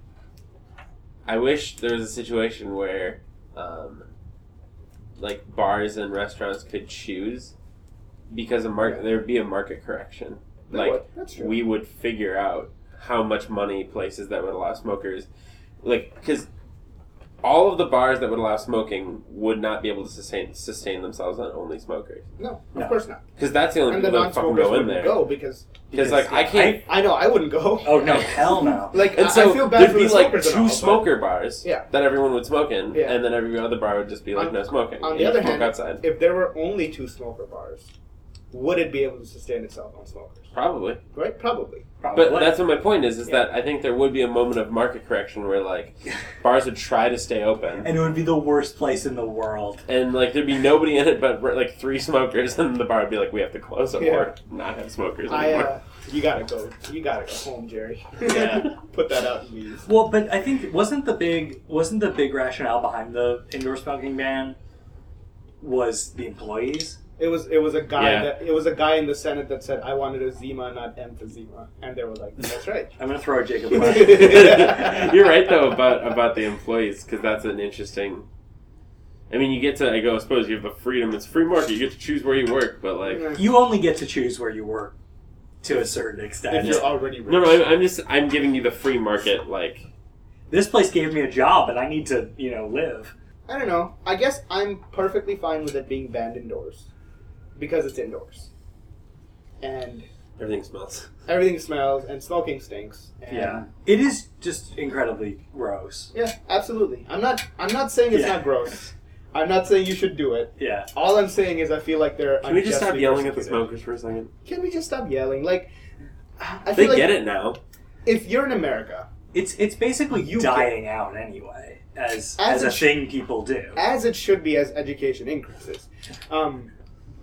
S4: I wish there was a situation where, um, like bars and restaurants could choose, because a market
S2: Yeah.
S4: there'd be a market correction.
S2: They
S4: Like
S2: would. that's true.
S4: we would figure out how much money places that would allow smokers, like, because all of the bars that would allow smoking would not be able to sustain sustain themselves on only smokers.
S2: no, of
S1: No.
S2: course not.
S4: Because that's the only
S2: And the
S4: people that fucking
S2: non-smokers
S4: go in
S2: wouldn't
S4: there.
S2: go because
S4: Because like I can't.
S2: I know I wouldn't go.
S1: Oh no, hell no.
S2: Like I,
S4: and so
S2: I feel bad
S4: there'd
S2: for
S4: be
S2: the
S4: like
S2: smokers
S4: two
S2: and all, but-
S4: smoker bars
S2: Yeah.
S4: that everyone would smoke in,
S2: Yeah.
S4: and then every other bar would just be like
S2: On-
S4: no smoking.
S2: on
S4: You
S2: the other
S4: smoke
S2: hand-
S4: outside
S2: if there were only two smoker bars, would it be able to sustain itself on smokers?
S4: probably.
S2: Right? Probably.
S1: Probably.
S4: But that's what my point is: is
S2: Yeah.
S4: that I think there would be a moment of market correction where like bars would try to stay open,
S1: and it would be the worst place in the world.
S4: and like there'd be nobody in it but like three smokers, and the bar would be like, we have to close it
S2: Yeah.
S4: or not have smokers
S2: I
S4: anymore.
S2: uh, you gotta go. You gotta go home, Jerry.
S4: Yeah.
S2: Put that out and leave.
S1: Well, but I think wasn't the big wasn't the big rationale behind the indoor smoking ban was the employees?
S2: It was it was a guy
S4: Yeah.
S2: that it was a guy in the Senate that said I wanted a Zima, not emphysema, and they were like, that's right.
S1: I'm gonna throw a Jacob.
S2: Right.
S4: You're right though about about the employees because that's an interesting. I mean, you get to I go. I suppose you have the freedom. It's free market. You get to choose where you work, but like
S2: if
S1: you only get to choose where you work to a certain extent.
S2: you're already rich.
S4: no, no. I'm, I'm just I'm giving you the free market. Like
S1: This place gave me a job, and I need to you know live.
S2: I don't know. I guess I'm perfectly fine with it being banned indoors because it's indoors, and
S4: everything smells.
S2: everything smells and smoking stinks. And
S1: it is just incredibly gross.
S2: Yeah, absolutely. I'm not. I'm not saying it's
S1: Yeah.
S2: not gross. I'm not saying you should do it.
S1: Yeah,
S2: All I'm saying is I feel like they're.
S4: Can we just stop
S2: unjustly
S4: yelling at the
S2: persecuted.
S4: smokers for a second?
S2: Can we just stop yelling? Like, I
S4: They
S2: feel like
S4: get it now.
S2: if you're in America,
S1: it's it's basically
S2: You get-
S1: dying out anyway as
S2: As
S1: as,
S2: it
S1: a
S2: sh-
S1: thing people do.
S2: as it should be, as education increases. Um,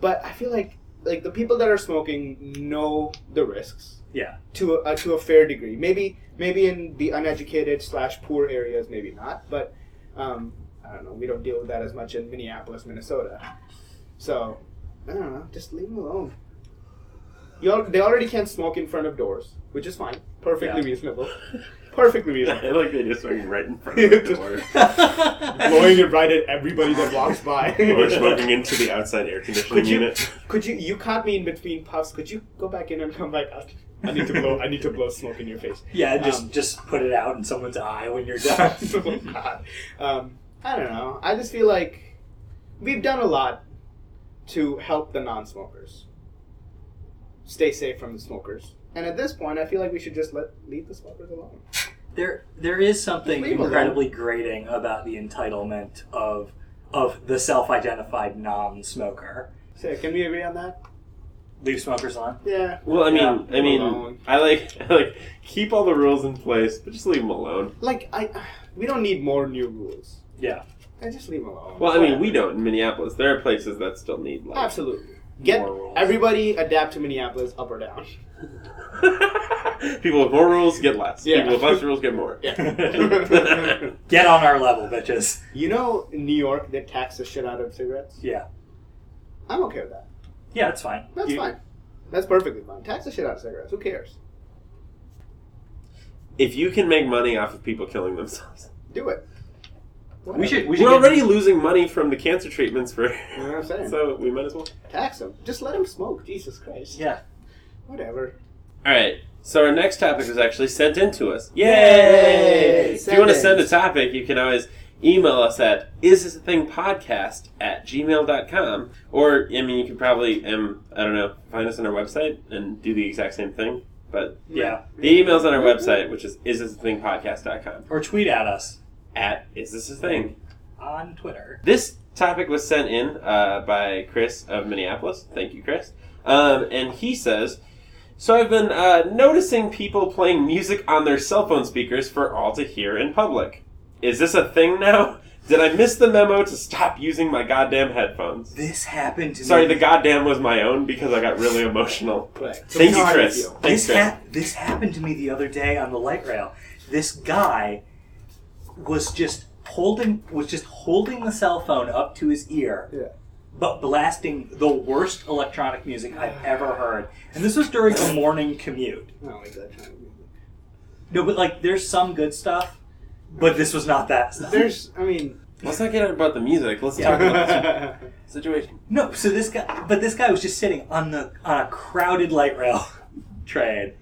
S2: but I feel like like the people that are smoking know the risks
S1: yeah,
S2: to a, uh, to a fair degree. Maybe maybe in the uneducated slash poor areas, maybe not. But um, I don't know. We don't deal with that as much in Minneapolis, Minnesota. So I don't know. Just leave them alone. You al- they already can't smoke in front of doors, which is fine. Perfectly
S1: Yeah.
S2: reasonable. Perfectly reasonable.
S4: I like they just smoking right in front of the door.
S2: blowing it right at everybody that walks by.
S4: Or smoking into the outside air conditioning
S2: Could you-
S4: unit.
S2: Could you? You caught me in between puffs. Could you go back in and come back out? I need to blow. I need to blow smoke in your face.
S1: yeah, just
S2: Um,
S1: just put it out in someone's eye when you're done.
S2: Oh, God. um, I don't know. I just feel like we've done a lot to help the non-smokers stay safe from the smokers. And at this point, I feel like we should just let leave the smokers alone.
S1: There, there is something
S2: Leave alone.
S1: incredibly grating about the entitlement of of the self-identified non-smoker.
S2: So, can we agree on that?
S1: Leave smokers alone.
S2: Yeah.
S4: Well, I mean,
S2: Yeah,
S4: I mean,
S2: alone.
S4: I like, I like keep all the rules in place, but just leave them alone.
S2: Like I, we don't need more new rules.
S1: Yeah,
S2: I just leave them alone.
S4: Well, I mean,
S2: Whatever.
S4: we don't in Minneapolis. There are places that still need like.
S2: Absolutely. Get
S1: More rules.
S2: everybody adapt to Minneapolis up or down.
S4: People with more rules get less.
S2: Yeah.
S4: People with less rules get more.
S2: Yeah.
S1: get on our level, bitches.
S2: You know, in New York, they tax the shit out of cigarettes.
S1: Yeah,
S2: I'm okay with that.
S1: yeah, it's fine.
S2: That's
S1: You-
S2: fine. That's perfectly fine. Tax the shit out of cigarettes. Who cares?
S4: if you can make money off of people killing themselves,
S2: Do it.
S1: We should. We should
S4: We're
S1: get-
S4: already losing money from the cancer treatments for.
S2: You know what I'm saying?
S4: so we might as well.
S2: Tax them. Just let them smoke. Jesus Christ.
S1: Yeah.
S2: Whatever.
S4: All right. So our next topic was actually sent in to us. Yay!
S2: Yay!
S4: if you want to
S2: Send
S4: send
S2: in.
S4: a topic, you can always email us at is this a thing podcast at gmail.com or i mean you could probably um i don't know find us on our website and do the exact same thing but
S1: Yeah.
S4: the email's on our
S2: Mm-hmm.
S4: website which is is this a thing podcast.com
S1: Or tweet at us
S4: at is this a thing
S1: on Twitter.
S4: This topic was sent in uh, by Chris of Minneapolis. Thank you, Chris. Um, and he says, "So I've been uh, noticing people playing music on their cell phone speakers for all to hear in public. Is this a thing now? Did I miss the memo to stop using my goddamn headphones?
S1: This happened to
S4: Sorry,
S1: me.
S4: the goddamn was my own because I got really emotional.
S2: Right. So
S4: Thank
S2: we know
S4: you,
S2: how
S4: Chris.
S2: feel.
S4: Thanks,
S1: this
S4: Chris.
S1: hap- this happened to me the other day on the light rail. This guy was just holding was just holding the cell phone up to his ear,
S2: Yeah.
S1: but blasting the worst electronic music I've ever heard. And this was during a morning commute.
S2: I don't like that kind of music.
S1: No, but like there's some good stuff, but this was not that stuff.
S2: There's, I mean, oh,
S4: Let's not get about the music. Let's
S1: Yeah.
S4: talk about the situation.
S1: No, so this guy, but this guy was just sitting on the on a crowded light rail train.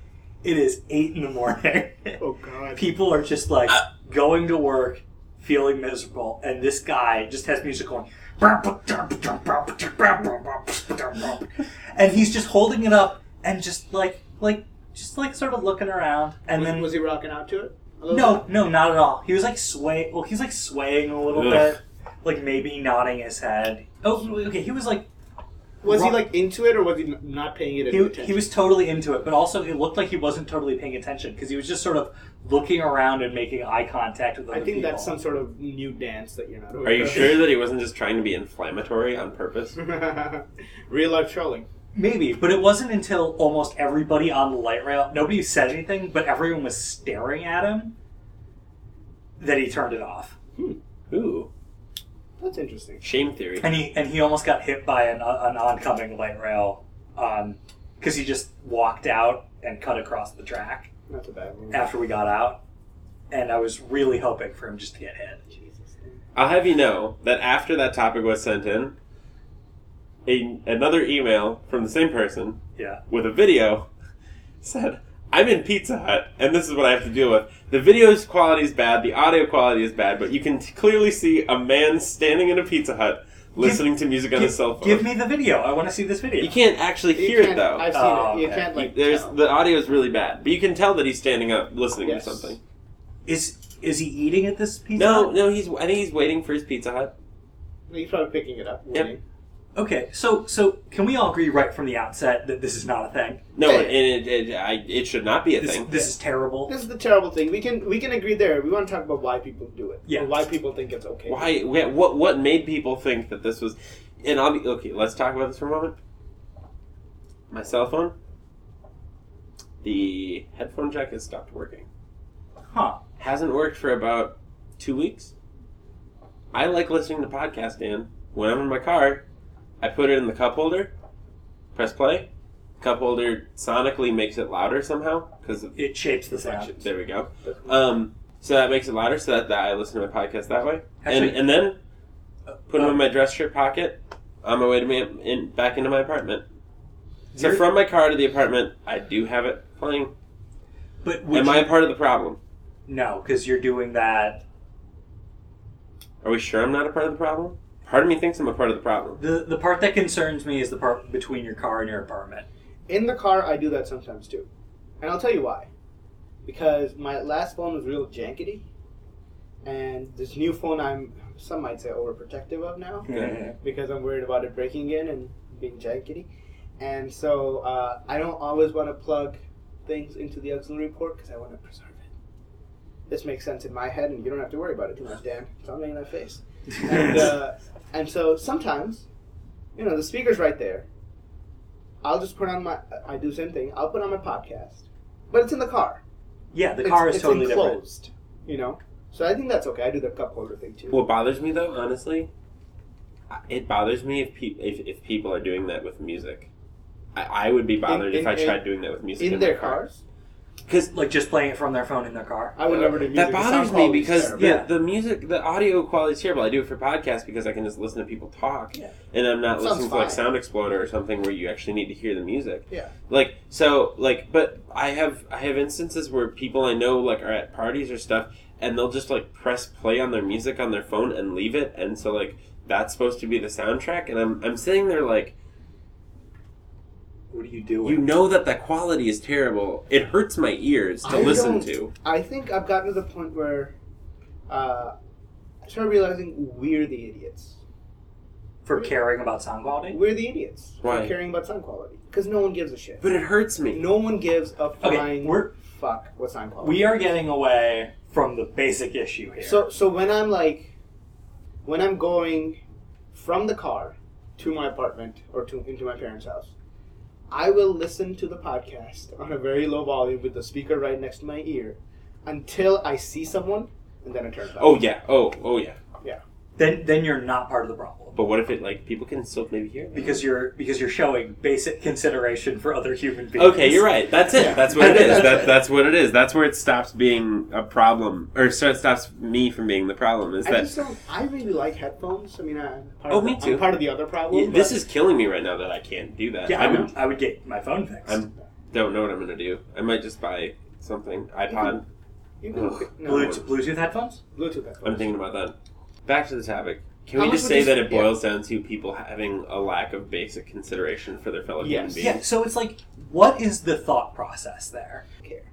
S1: It is eight in the morning.
S2: oh god.
S1: People are just like going to work, feeling miserable, and this guy just has music going. And he's just holding it up and just like like just like sort of looking around, and
S2: And
S1: then
S2: then was he rocking out to it? A little
S1: No, no, not at all. He was like sway. Well, he's like swaying a little
S4: Ugh.
S1: bit, like maybe nodding his head. Oh, okay. He was like
S2: bit? Was he
S1: Rock-
S2: like into it or was he n- not paying it any
S1: he,
S2: attention?
S1: he was totally into it, but also it looked like he wasn't totally paying attention because he was just sort of looking around and making eye contact with other
S2: I think
S1: people.
S2: that's some sort of new dance that you're not aware
S4: Are you
S2: of.
S4: sure that he wasn't just trying to be inflammatory on purpose?
S2: Real life trolling.
S1: maybe, but it wasn't until almost everybody on the light rail, nobody said anything, but everyone was staring at him, that he turned it off,
S4: Ooh,
S2: That's interesting.
S4: shame theory.
S1: and he and he almost got hit by an an oncoming light rail, um, because he just walked out and cut across the track
S2: Not a bad one.
S1: after we got out, and I was really hoping for him just to get hit.
S2: Jesus.
S4: I'll have you know that after that topic was sent in, a, another email from the same person
S1: Yeah.
S4: with a video said, I'm in Pizza Hut, and this is what I have to deal with. The video's quality is bad, the audio quality is bad, but you can t- clearly see a man standing in a Pizza Hut listening to music on
S1: give,
S4: his cell phone.
S1: give me the video. I want to see this video.
S4: you can't actually
S2: You
S4: hear it,
S2: can't-
S4: though.
S2: I've seen
S1: Oh,
S2: it. You
S1: okay.
S2: can't like.
S4: There's
S2: tell.
S4: the audio is really bad, but you can tell that he's standing up listening
S2: Yes.
S4: to something.
S1: Is is he eating at this pizza?
S4: No,
S1: Hut?
S4: no, he's. I think he's waiting for his Pizza Hut.
S2: He's probably picking it up. waiting.
S1: Okay, so so can we all agree right from the outset that this is not a thing?
S4: No,
S2: Hey.
S4: and it, it, I, it should not be a
S1: This,
S4: thing.
S1: this is terrible.
S2: This is the terrible thing. We can we can agree there. We want to talk about why people do it.
S1: Yeah.
S2: Or why people think it's okay.
S4: Why? wh- What? What made people think that this was? And I'll be okay. Let's talk about this for a moment. My cell phone. The headphone jack has stopped working.
S1: Huh.
S4: Hasn't worked for about two weeks. I like listening to podcasts, Dan. When I'm in my car, I put it in the cup holder, press play. Cup holder sonically makes it louder somehow because of
S1: It shapes the sound.
S4: there we go. Um, so that makes it louder, so that, that I listen to my podcast that way.
S1: Actually-
S4: and, and then put them
S1: Uh,
S4: in my dress shirt pocket on my way to me in, back into my apartment. So
S1: you're-
S4: from my car to the apartment, I do have it playing.
S1: But would
S4: Am
S1: you,
S4: I part of the problem?
S1: no, because you're doing that.
S4: Are we sure I'm not a part of the problem? Part of me thinks I'm a part of the problem.
S1: The the part that concerns me is the part between your car and your apartment.
S2: In the car, I do that sometimes too, and I'll tell you why. Because my last phone was real jankety, and this new phone I'm some might say overprotective of now
S4: Yeah.
S2: because I'm worried about it breaking in and being jankety, and so uh, I don't always want to plug things into the auxiliary port because I want to preserve it. This makes sense in my head, and you don't have to worry about it too much, Dan. It's all in that face and uh, and so sometimes, you know, the speaker's right there. I'll just put on my. I do the same thing. I'll put on my podcast, but it's in the car.
S1: yeah, the
S2: It's-
S1: car is
S2: it's
S1: totally different.
S2: enclosed. You know, so I think that's okay. I do the cup holder thing too.
S4: What bothers me though, honestly, I- it bothers me if, peop if if people are doing that with music. I, I would be bothered
S2: In- in-
S4: if I tried
S2: in-
S4: doing that with music
S2: in
S4: my
S2: their
S4: car.
S2: cars.
S4: because
S1: like just playing it from their phone in their car.
S2: I would never do music.
S4: that
S2: The
S4: bothers
S2: sound
S4: me
S2: quality is
S4: because
S2: terrible.
S4: the,
S1: Yeah.
S4: the music, the audio quality is terrible. I do it for podcasts because I can just listen to people talk,
S1: Yeah.
S4: and I'm not
S2: Sounds
S4: listening to like
S2: fine.
S4: Sound Exploder or something where you actually need to hear the music.
S2: Yeah.
S4: Like so, like but I have I have instances where people I know like are at parties or stuff, and they'll just like press play on their music on their phone and leave it, and so like that's supposed to be the soundtrack, and I'm I'm sitting there like
S1: What are you doing?
S4: you know that the quality is terrible. It hurts my ears to
S2: I
S4: listen
S2: don't-
S4: to.
S2: I think I've gotten to the point where uh, I started realizing we're the idiots.
S1: for caring about sound quality.
S2: We're the idiots
S4: Why?
S2: for caring about sound quality because no one gives a shit.
S4: But it hurts me.
S2: No one gives a
S1: Okay,
S2: flying
S1: we're-
S2: fuck what sound quality.
S1: We are getting away from the basic issue here.
S2: So so when I'm like, when I'm going from the car to my apartment or to into my parents' house, I will listen to the podcast on a very low volume with the speaker right next to my ear until I see someone, and then I turn it back.
S4: Oh yeah. Oh oh yeah.
S1: then then you're not part of the problem
S4: But what if it like people can still maybe hear? it?
S1: because you're because you're showing basic consideration for other human beings.
S4: Okay, you're right. That's it.
S2: Yeah.
S4: That's what it is.
S2: That's
S4: That,
S2: it.
S4: that's what it is. That's where it stops being a problem, or so it stops me from being the problem. Is
S2: I
S4: that
S2: just don't. I really like headphones. I mean, I'm part,
S4: Oh,
S2: of,
S4: me
S2: the,
S4: too.
S2: I'm part of the other problem.
S4: Yeah, this
S2: but
S4: is killing me right now that I can't do that?
S1: Yeah,
S4: I
S1: I
S4: would,
S1: would I would get my phone fixed.
S4: I'm don't know what I'm gonna do. I might just buy something iPod.
S2: you can,
S4: Ugh.
S2: no,
S1: Bluetooth, Bluetooth headphones.
S2: Bluetooth headphones.
S4: I'm thinking about that. Back to the topic. Can
S2: How
S4: we
S2: much
S4: just
S2: would
S4: say
S2: you-
S4: that it
S2: yeah.
S4: boils down to people having a lack of basic consideration for their fellow
S2: Yes.
S4: human beings?
S1: Yeah. So it's like, what is the thought process there?
S2: care.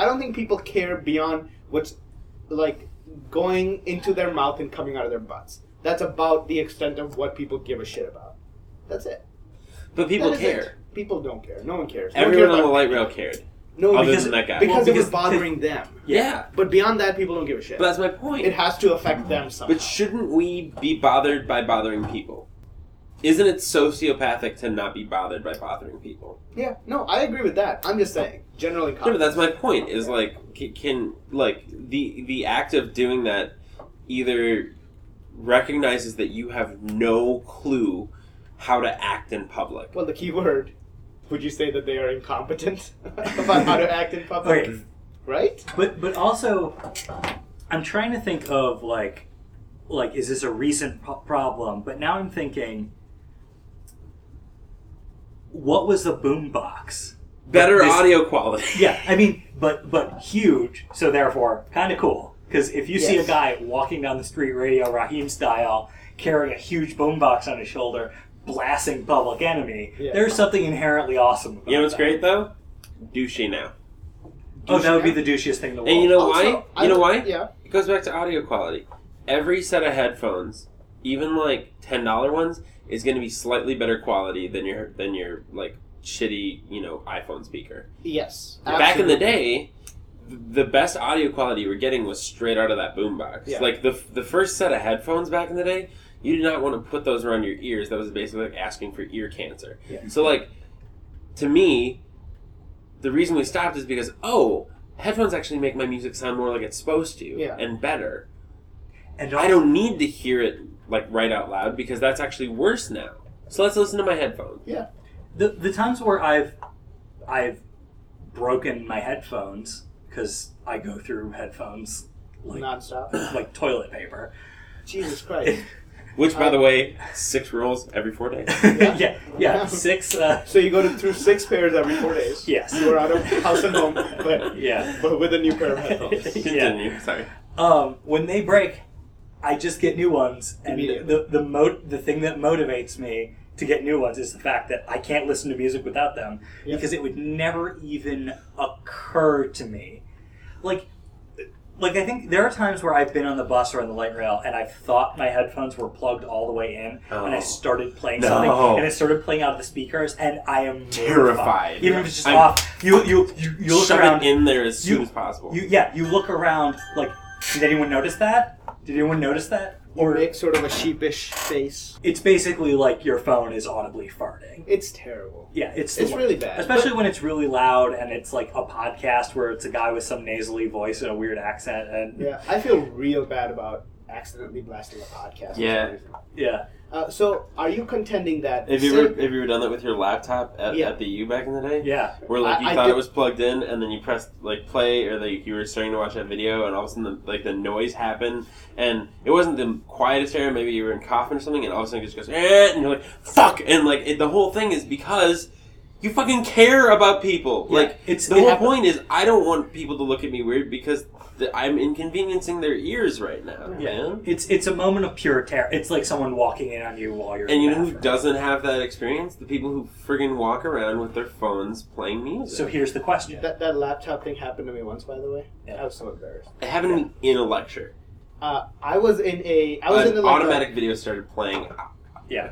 S2: I don't think people care beyond what's like going into their mouth and coming out of their butts. That's about the extent of what people give a shit about. That's it.
S4: But people
S2: That is
S4: care.
S2: it. People don't care. No one cares. No one
S4: Everyone
S2: cares
S4: on the
S2: about-
S4: light rail cared.
S2: No,
S4: other
S2: because,
S4: than that guy.
S2: because
S1: Well,
S2: it was
S1: because-
S2: bothering them.
S1: Yeah.
S2: But beyond that, people don't give a shit.
S4: But that's my point.
S2: it has to affect them somehow.
S4: But shouldn't we be bothered by bothering people? Isn't it sociopathic to not be bothered by bothering people?
S2: yeah, no, I agree with that. I'm just saying, generally.
S4: No, but that's my point. Is like c- can like the the act of doing that either recognizes that you have no clue how to act in public.
S2: Well, the key word. Would you say that they are incompetent about how to act in public?
S1: Okay.
S2: Right?
S1: But but also, I'm trying to think of like, like is this a recent pro- problem? But now I'm thinking, what was the boombox?
S4: Better
S1: This-
S4: audio quality.
S1: Yeah, I mean, but but huge. So therefore, kind of cool. Because if you see a
S2: Yes.
S1: guy walking down the street, radio Raheem style, carrying a huge boombox on his shoulder, blasting Public Enemy,
S2: Yeah.
S1: there's something inherently awesome. About
S4: You know what's
S1: that.
S4: great though? Douchey now.
S1: Oh, that would be the douchiest thing in the world.
S4: And you know
S2: Also,
S4: why?
S2: I
S4: You know
S2: would-
S4: why?
S2: Yeah.
S4: It goes back to audio quality. Every set of headphones, even like ten dollar ones, is going to be slightly better quality than your than your like shitty you know iPhone speaker.
S2: Yes.
S4: Back in the
S2: absolutely.
S4: day, th- the best audio quality you were getting was straight out of that boombox.
S2: Yeah.
S4: Like the f- the first set of headphones back in the day, you did not want to put those around your ears. That was basically like asking for ear cancer.
S2: Yeah.
S4: So like, to me, the reason we stopped is because oh. Headphones actually make my music sound more like it's supposed to
S2: Yeah.
S4: and better.
S1: and
S4: I don't need to hear it like right out loud because that's actually worse now. So let's listen to my headphones.
S2: Yeah.
S1: the the times where I've I've broken my headphones because I go through headphones like
S2: Nonstop.
S1: like toilet paper.
S2: Jesus Christ.
S4: Which,
S2: Uh,
S4: by the way, six rolls every four days.
S1: yeah, yeah,
S2: Yeah.
S1: six. Uh,
S2: So you go to, through six pairs every four days.
S1: Yes.
S2: You are out of house and home, but,
S1: Yeah.
S2: but with a new pair of headphones.
S4: Continue. Sorry.
S1: um, when they break, I just get new ones, and
S2: Immediately.
S1: the the mo- the thing that motivates me to get new ones is the fact that I can't listen to music without them
S2: Yeah.
S1: because it would never even occur to me. Like, like I think there are times where I've been on the bus or on the light rail, and I've thought my headphones were plugged all the way in, and I
S4: Oh.
S1: started playing
S4: No.
S1: something, and it started playing out of the speakers, and I am
S4: Terrified.
S1: even if it's just
S4: I'm-
S1: off. You you you, you look
S4: Shove
S1: around
S4: it in there as soon
S1: you-
S4: as possible.
S1: you yeah, you look around like did anyone notice that? Did anyone notice that?
S2: Or
S1: Or
S2: make sort of a sheepish face.
S1: it's basically like your phone is audibly farting.
S2: It's terrible.
S1: Yeah, it's the
S2: It's
S1: worst.
S2: really bad.
S1: especially when it's really loud and it's like a podcast where it's a guy with some nasally voice and a weird accent and
S2: Yeah. I feel real bad about accidentally blasting a podcast. for
S4: Yeah.
S2: some reason.
S1: Yeah.
S2: Uh, so, are you contending that?
S4: Have you
S2: say-
S4: ever have you ever done that with your laptop at,
S2: Yeah.
S4: at the U back in the day?
S1: Yeah.
S4: Where like
S2: I-
S4: you
S2: I
S4: thought
S2: did-
S4: it was plugged in, and then you pressed like play, or like you were starting to watch that video, and all of a sudden the, like the noise happened, and it wasn't the quietest area. Maybe you were in coffin or something, and all of a sudden it just goes, eh, and you're like, fuck, and like it, the whole thing is because you fucking care about people.
S1: Yeah,
S4: like
S1: it's-
S4: the
S1: it
S4: whole
S1: happen-
S4: point is I don't want people to look at me weird because th- I'm inconveniencing their ears right now.
S1: Yeah.
S4: man.
S1: It's it's a moment of pure terror. It's like someone walking in on you while you're.
S4: And
S1: in
S4: you
S1: the
S4: know who
S1: bathroom.
S4: doesn't have that experience? The people who friggin' walk around with their phones playing music.
S1: So here's the question.
S2: that that laptop thing happened to me once? By the way,
S1: Yeah.
S2: I was so embarrassed.
S4: it happened to me in a lecture.
S2: Uh, I was in a. I was
S4: An
S2: in the like,
S4: automatic video started playing.
S1: Yeah.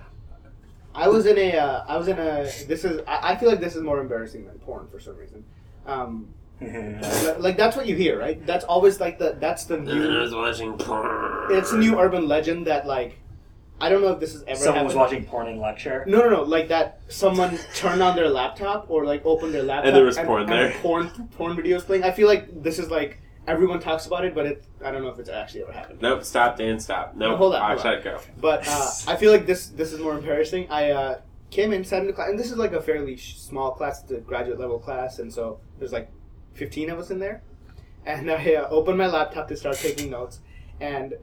S2: I was in a. Uh, I was in a. This is. I, I feel like this is more embarrassing than porn for some reason. Um, like, like that's what you hear, right? That's always like the. That's the
S4: And then I was
S2: new.
S4: watching porn.
S2: It's a new urban legend that like. I don't know if this has ever.
S1: Someone was
S2: happened.
S1: watching porn in lecture.
S2: No, no, no! Like that, someone turned on their laptop or like opened their laptop,
S4: And there was porn there.
S2: porn, porn videos playing. I feel like this is like everyone talks about it, but it, I don't know if it's actually ever happened.
S4: Nope, stop, Dan, stop. Nope,
S2: hold on,
S4: I
S2: hold on.
S4: shot go.
S2: But uh, I feel like this this is more embarrassing. I uh, came in, sat in the class, and this is like a fairly sh- small class, the graduate level class, and so there's like 15 of us in there. And I uh, opened my laptop to start taking notes, and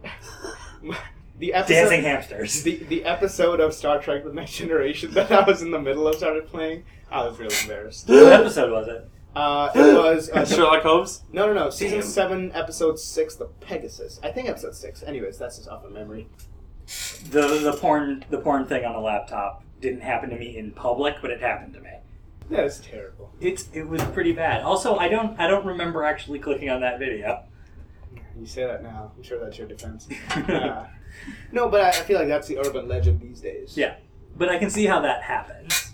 S2: the episode
S1: Dancing hamsters.
S2: the, the episode of Star Trek: The Next Generation that I was in the middle of started playing. I was really embarrassed.
S1: what episode was it?
S2: Uh, it was uh, the-
S4: Sherlock Holmes?
S2: no, no, no. Season
S4: Damn.
S2: seven, episode six, the Pegasus. I think episode six. Anyways, that's just off of memory.
S1: The the porn the porn thing on the laptop didn't happen to me in public, but it happened to me.
S2: That is terrible.
S1: It's it was pretty bad. Also, I don't I don't remember actually clicking on that video.
S2: You say that now. I'm sure that's your defense. Uh, no, but I, I feel like that's the urban legend these days.
S1: Yeah. But I can see how that happens.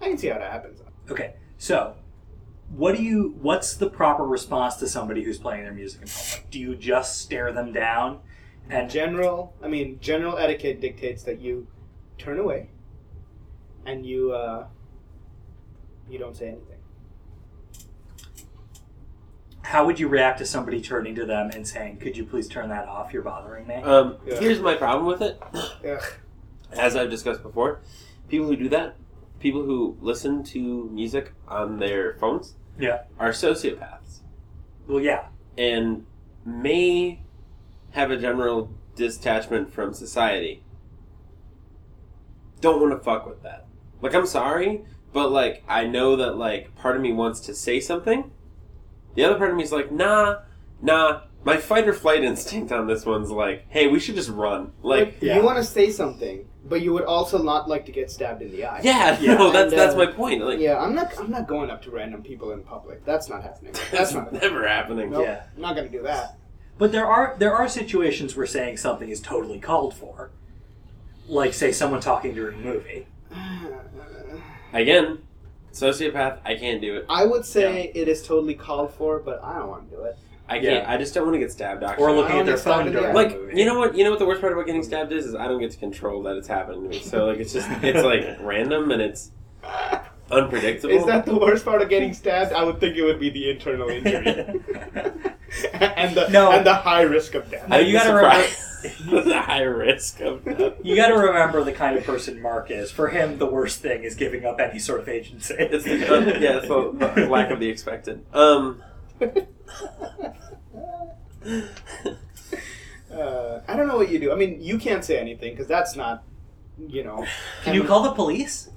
S2: I can see how that happens.
S1: Okay, so what do you? What's the proper response to somebody who's playing their music in public? Do you just stare them down? And
S2: General, I mean, general etiquette dictates that you turn away and you uh, you don't say anything.
S1: how would you react to somebody turning to them and saying, "Could you please turn that off? You're bothering me."
S4: Um,
S2: Yeah.
S4: Here's my problem with it.
S2: Ugh.
S4: As I've discussed before, people who do that, people who listen to music on their phones,
S1: Yeah.
S4: are sociopaths.
S1: well, yeah,
S4: and may have a general detachment from society. Don't want to fuck with that. Like, I'm sorry, but like, I know that like part of me wants to say something. The other part of me is like, nah, nah. My fight or flight instinct on this one's like, hey, we should just run. Like,
S2: Like,
S1: yeah.
S2: you want to say something, but you would also not like to get stabbed in the eye.
S4: yeah,
S1: Yeah,
S4: no, that's
S2: and,
S4: that's
S2: uh,
S4: my point. Like,
S2: Yeah, I'm not. I'm not going up to random people in public. That's not happening. That's not.
S4: never happening.
S2: Nope.
S1: yeah.
S2: I'm not gonna do that.
S1: But there are there are situations where saying something is totally called for, like say someone talking during a movie.
S4: Again, sociopath. I can't do it.
S2: I would say it is totally called for, but I don't want to do it.
S4: I
S1: Yeah.
S4: can't. I just don't want to get stabbed. Actually.
S1: Or
S2: I
S1: looking at
S2: only
S1: their
S2: stopped
S1: phone
S2: in the
S1: during
S2: eye.
S1: a
S4: like
S1: movie.
S4: you know what you know what the worst part about getting stabbed is is I don't get to control that it's happening to me. So like it's just it's like random and it's unpredictable.
S2: Is that the worst part of getting stabbed? I would think it would be the internal injury and the
S1: No.
S2: and the high risk of death.
S1: No, you gotta remember-
S4: remember the high risk of death.
S1: you got to remember the kind of person Mark is. For him, the worst thing is giving up any sort of agency.
S4: It's the uh, yeah, it's the, the lack of the expected. Um,
S2: uh, I don't know what you do. I mean, you can't say anything because that's not, you know.
S1: Can you call the police?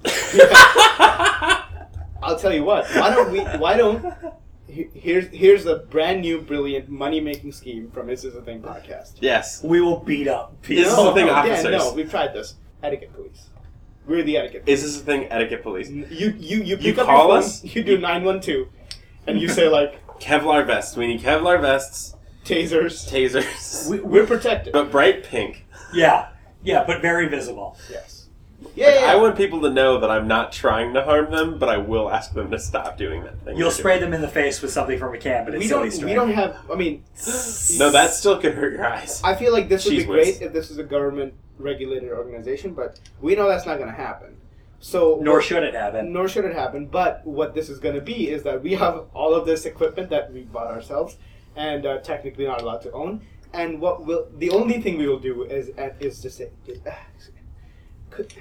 S2: I'll tell you what. Why don't we? Why don't? he- Here's here's a brand new brilliant money making scheme from This Is a Thing podcast.
S4: yes,
S1: We will beat up people.
S4: This is the thing,
S2: no,
S4: officers.
S2: Yeah, no, we've tried this. Etiquette police. We're the etiquette. Police.
S4: is this a thing? Etiquette police,
S2: You you you pick up
S4: call
S2: your phone,
S4: us?
S2: You do nine one two, and you say like
S4: Kevlar vests. We need Kevlar vests,
S2: tasers.
S4: tasers,
S1: We-
S2: We're protected.
S4: but bright pink.
S1: yeah, yeah, but very visible.
S2: Yes. Yeah, yeah,
S4: I want people to know that I'm not trying to harm them, but I will ask them to stop doing that thing.
S1: You'll
S4: they're
S1: spray them in the face with something from a can, but it's
S2: We
S1: silly
S2: don't.
S1: string.
S2: We don't have. I mean,
S4: doing. No, that still could hurt your eyes.
S2: I feel like this would be
S4: Cheese whiz.
S2: great if this was a government regulated organization, but we know that's not going to happen. So
S1: Nor should it happen.
S2: nor should it happen. But what this is going to be is that we have all of this equipment that we bought ourselves and are technically uh, not allowed to own. and what will the only thing we will do is uh, is just say, uh, could,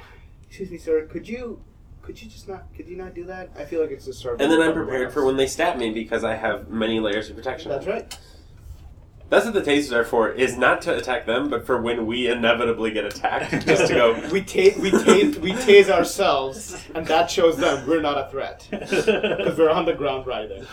S2: excuse me, sir, could you could you just not could you not do that? I feel like it's disturbing.
S4: And then
S2: to
S4: I'm
S2: everyone
S4: prepared for
S2: else.
S4: when they stab me because I have many layers of protection.
S2: That's right.
S4: That's what the tasers are for, is not to attack them, but for when we inevitably get attacked, just to go.
S2: We ta- we tase we tase ourselves, and that shows them we're not a threat because we're on the ground riding.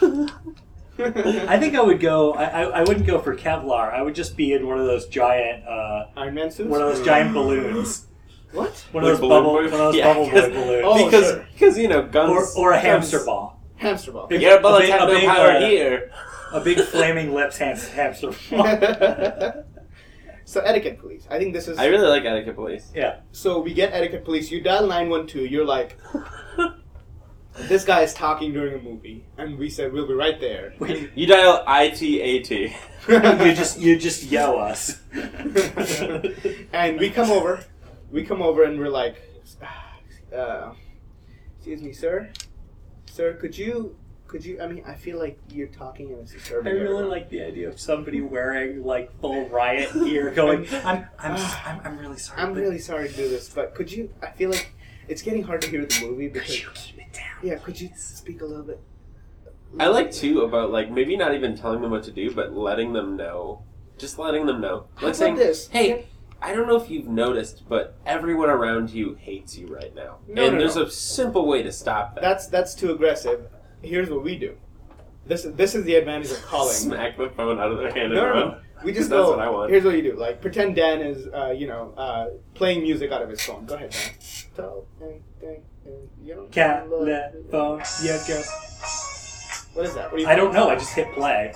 S1: I think I would go. I, I, I wouldn't go for Kevlar. I would just be in one of those giant, uh,
S2: Iron Man suits.
S1: one of those giant balloons,
S2: What?
S1: one of those
S4: Like balloon
S1: bubble,
S4: boy?
S1: one of those
S4: Yeah,
S1: bubble boy
S4: 'cause-
S1: balloons,
S2: Oh,
S4: because,
S2: sure.
S4: because, you know, guns.
S1: or, or a hamster
S4: guns-
S1: ball,
S2: Hamster ball.
S1: Big- a
S4: Yeah, bullets
S1: big-
S4: have
S1: a
S4: no
S1: big,
S4: power
S1: uh,
S4: here.
S1: a big flaming lips ham- hamster ball.
S2: so etiquette police. I think this is.
S4: I really like etiquette police.
S1: yeah,
S2: so we get etiquette police. You dial nine one two. You're like, this guy is talking during a movie, and we said we'll be right there.
S1: you
S4: You dial ITAT.
S1: just you just yell us.
S2: and we come over, we come over, and we're like, uh, "Excuse me, sir, sir, could you, could you? I mean, I feel like you're talking and it's
S1: I
S2: disturbing."
S1: really
S2: everyone."
S1: like the idea of somebody wearing like full riot gear, going, "I'm I'm s- I'm, I'm really sorry.
S2: I'm
S1: but
S2: really sorry to do this, but could you? I feel like it's getting hard to hear the movie
S1: could
S2: because.
S1: you keep it down?"
S2: Yeah, could you speak a little bit?
S4: I like too about like maybe not even telling them what to do, but letting them know. Just letting them know.
S2: How about
S4: Like saying,
S2: this?
S4: hey, I don't know if you've noticed, but everyone around you hates you right now.
S2: No,
S4: and
S2: no,
S4: there's
S2: no.
S4: a simple way to stop that.
S2: That's that's too aggressive. Here's what we do. This this is the advantage of calling.
S4: Smack the phone out of their hand
S2: No,
S4: and
S2: no,
S4: run.
S2: no. We just
S4: That's
S2: go.
S4: what I want.
S2: Here's what you do. Like pretend Dan is, uh, you know, uh, playing music out of his phone. Go ahead, Dan. Tell and Dan and you don't
S1: Telephone, yeah, go.
S2: What is that? What do you
S1: I don't know. I just hit play.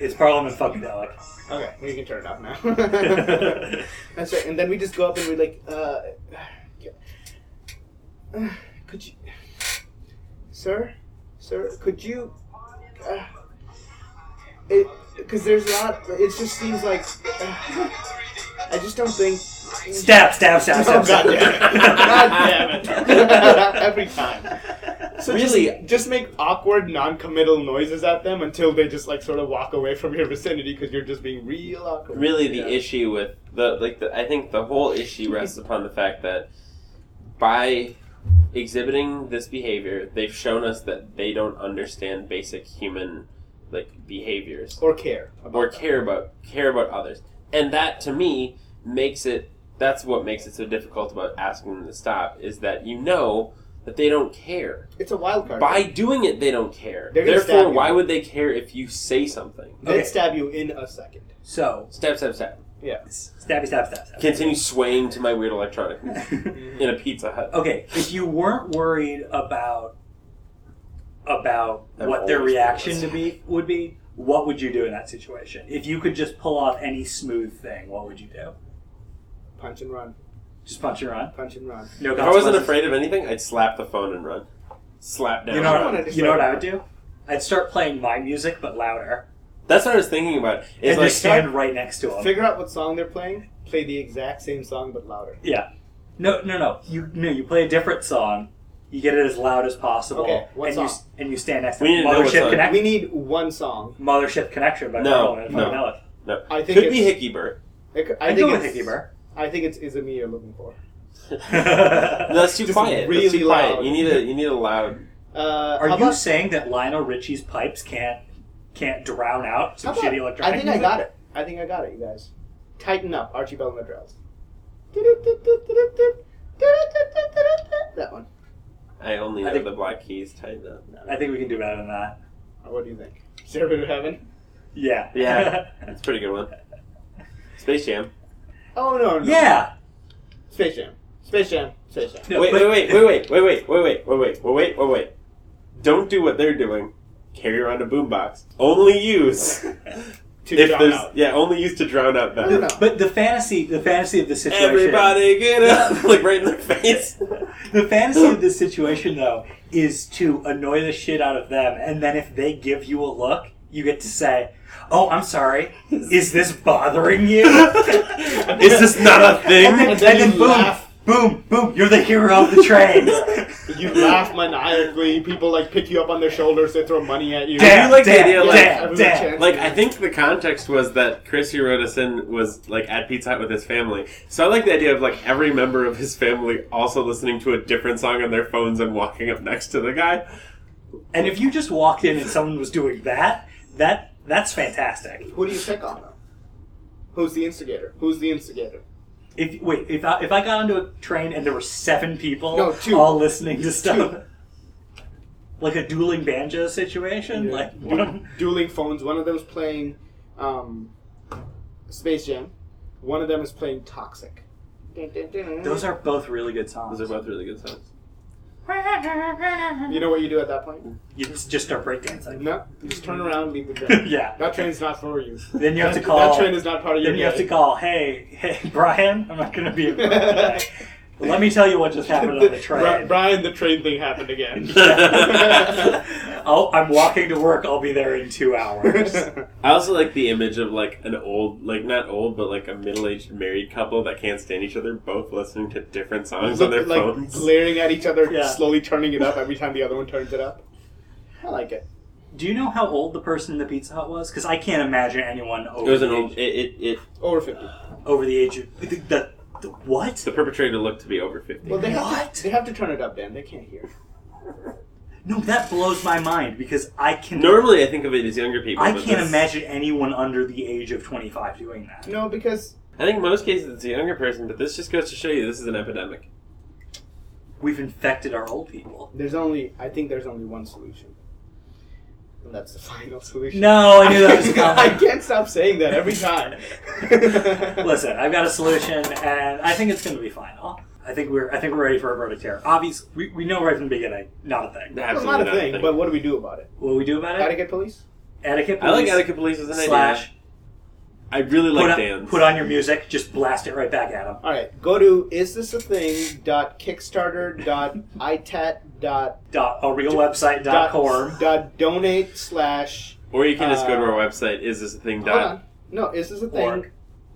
S1: It's Parliament Funkadelic.
S2: Okay, we can turn it off now. That's right. And then we just go up and we're like, uh, yeah. Uh, could you, sir, sir, could you, uh, it, because there's a lot. It just seems like uh, I just don't think.
S1: Stab, stab, stab, stab.
S2: Oh, God
S1: stab.
S2: damn it. God damn it. Every time. So
S4: Really?
S2: just, just make awkward, non-committal noises at them until they just like sort of walk away from your vicinity because you're just being real awkward.
S4: really the
S2: Yeah.
S4: issue with the like the, I think the whole issue rests upon the fact that by exhibiting this behavior, they've shown us that they don't understand basic human like behaviors
S2: or care about
S4: or
S2: them.
S4: care about care about others. And that to me makes it that's what makes it so difficult about asking them to stop is that you know that they don't care.
S2: It's a wild card.
S4: By doing it they don't care.
S2: They're gonna stab
S4: Therefore,
S2: you.
S4: why would they care if you say something?
S2: They'd
S1: Okay.
S2: stab you in a second.
S1: So,
S4: Step, step, step.
S2: Yeah.
S1: stabby, stab, stab, stab.
S4: Continue swaying to my weird electronic music. in a Pizza Hut.
S1: okay, if you weren't worried about about
S4: I've
S1: what their
S4: always been
S1: reaction
S4: this.
S1: to be would be, what would you do in that situation? If you could just pull off any smooth thing, what would you do?
S2: Punch and run.
S1: Just punch and run.
S2: Punch and run.
S1: No
S4: If I wasn't
S1: consequences.
S4: afraid of anything, I'd slap the phone and run. Slap down.
S1: You know,
S2: I
S1: what,
S2: wanna
S1: you know what I
S2: just-
S1: would do? I'd start playing my music but louder,
S4: That's what I was thinking about. Is
S1: and
S4: like
S1: just stand right next to him.
S2: Figure out what song they're playing. Play the exact same song but louder.
S1: Yeah. No, no, no. You no. You play a different song. You get it as loud as possible.
S2: Okay, what
S1: and You,
S2: song?
S1: s- and you stand next to
S4: We need to know what
S1: Mothership
S4: song.
S1: Connect.
S2: We need one song.
S1: Mothership Connection by
S4: No,
S1: Parliament
S4: no.
S1: Funkadelic.
S4: no.
S2: I think
S4: Could be
S2: it's-
S4: Hickey Bert.
S2: I, c- I
S1: I'd
S2: think
S1: go with
S2: it's-
S1: Hickey Burr.
S2: I think it's Izumi you're looking for.
S4: No, that's too
S2: Just
S4: quiet.
S2: really
S4: that's too quiet.
S2: loud.
S4: You need a you need a loud.
S2: Uh,
S1: Are
S2: how
S1: you
S2: about-
S1: saying that Lionel Richie's pipes can't can't drown out
S2: how
S1: some
S2: about-
S1: shitty electronic?
S2: I think I
S1: music?
S2: got it. I think I got it, you guys. Tighten up, Archie Bell and the Drells. That one.
S4: I only
S1: I
S4: know
S1: think-
S4: the Black Keys tight though.
S1: I think we can do better than that.
S2: Uh, What do you think? Stairway to Heaven?
S1: Yeah.
S4: Yeah. That's a pretty good one. Space Jam.
S2: Oh no, no.
S1: yeah.
S2: Space Jam. Space Jam. Space Jam.
S1: No,
S4: wait,
S1: but-
S4: wait, wait, wait, wait, wait, wait, wait, wait, wait, wait, wait, wait, wait. Don't do what they're doing. Carry around a boombox. Only use
S2: To
S4: if
S2: drown
S4: there's
S2: out.
S4: yeah. Only use to drown out
S2: No, no,
S4: them.
S2: no.
S1: But the fantasy, the fantasy of the situation.
S4: Everybody get up! like right in their face.
S1: The fantasy of this situation, though, is to annoy the shit out of them, and then if they give you a look, you get to say, "Oh, I'm sorry. Is this bothering you?
S4: Is this not a thing?
S1: And then- and then
S2: you
S1: boom.
S2: laugh
S1: boom, boom, you're the hero of the train.
S2: You laugh maniacally. People like pick you up on their shoulders. They throw money at you.
S1: Damn,
S4: You like the
S1: damn,
S4: idea, like,
S1: damn,
S2: every
S1: damn.
S2: chance-
S4: Like I think the context was that Chris who wrote us in was like at Pizza Hut with his family. So I like the idea of like every member of his family also listening to a different song on their phones and walking up next to the guy.
S1: And if you just walked in and someone was doing that, that that's fantastic.
S2: Who do you pick on though? Who's the instigator? Who's the instigator?
S1: If wait, if I, if I got onto a train and there were seven people
S2: No, two.
S1: all listening to stuff,
S2: Two.
S1: like a dueling banjo situation,
S2: Yeah.
S1: like
S2: Du-
S1: one,
S2: dueling phones. One of them's playing um, Space Jam. One of them is playing Toxic.
S1: those are both really good songs.
S4: Those are both really good songs.
S2: You know what you do at that point?
S1: You just just start breakdancing.
S2: No, you just turn around and leave the train.
S1: Yeah.
S2: That train's not for you.
S1: Then you have
S2: That-
S1: to call-
S2: That train is not part of your
S1: Then you have to
S2: day.
S1: call, hey, hey, Brian, I'm not going to be. in Brian today. Let me tell you what just happened on the
S2: Bri-
S1: train.
S2: Brian, the train thing happened again.
S1: oh, I'm walking to work. I'll be there in two hours.
S4: I also like the image of like an old, like not old, but like a middle-aged married couple that can't stand each other, both listening to different songs on their
S2: Look, like
S4: phones.
S2: glaring at each other,
S1: Yeah.
S2: slowly turning it up every time the other one turns it up. I like it.
S1: Do you know how old the person in the Pizza Hut was? Because I can't imagine anyone
S4: It
S1: over,
S4: was
S1: the,
S4: an old. It,
S1: age,
S4: it, it
S2: Over fifty.
S1: over the age of the, the, the what?
S4: the perpetrator looked to be over fifty.
S2: Well, they have
S1: What?
S2: To, they have to turn it up, Dan. They can't hear.
S1: No, that blows my mind because I can
S4: Normally, I think of it as younger people.
S1: I
S4: but
S1: can't
S4: this-
S1: imagine anyone under the age of 25 doing that.
S2: No, because
S4: I think in most cases it's a younger person, but this just goes to show you this is an epidemic.
S1: We've infected our old people.
S2: there's only I think there's only one solution, and that's the final solution.
S1: No, I knew that was
S2: I
S1: coming.
S2: can't stop saying that every time.
S1: Listen, I've got a solution, and I think it's going to be final. I think we're I think we're ready for a verdict here. Obviously, we, we know right from the beginning, not a thing.
S2: Well,
S4: Absolutely
S2: not a thing, but what do we do about it?
S1: What do we do about it?
S2: Etiquette police?
S1: Etiquette
S4: I like
S1: police
S4: etiquette police as an
S1: slash
S4: idea. I really
S1: put,
S4: like
S1: on,
S4: Dan's.
S1: put on your music, just blast it right back at them.
S2: All right, go to isthisathing.kickstarter.itat.com
S1: Dot, a real website dot com.
S2: dot donate slash
S4: or you can just go to
S2: uh,
S4: our website. Is this a thing?
S2: hold
S4: Dot.
S2: on no is this a
S1: Org.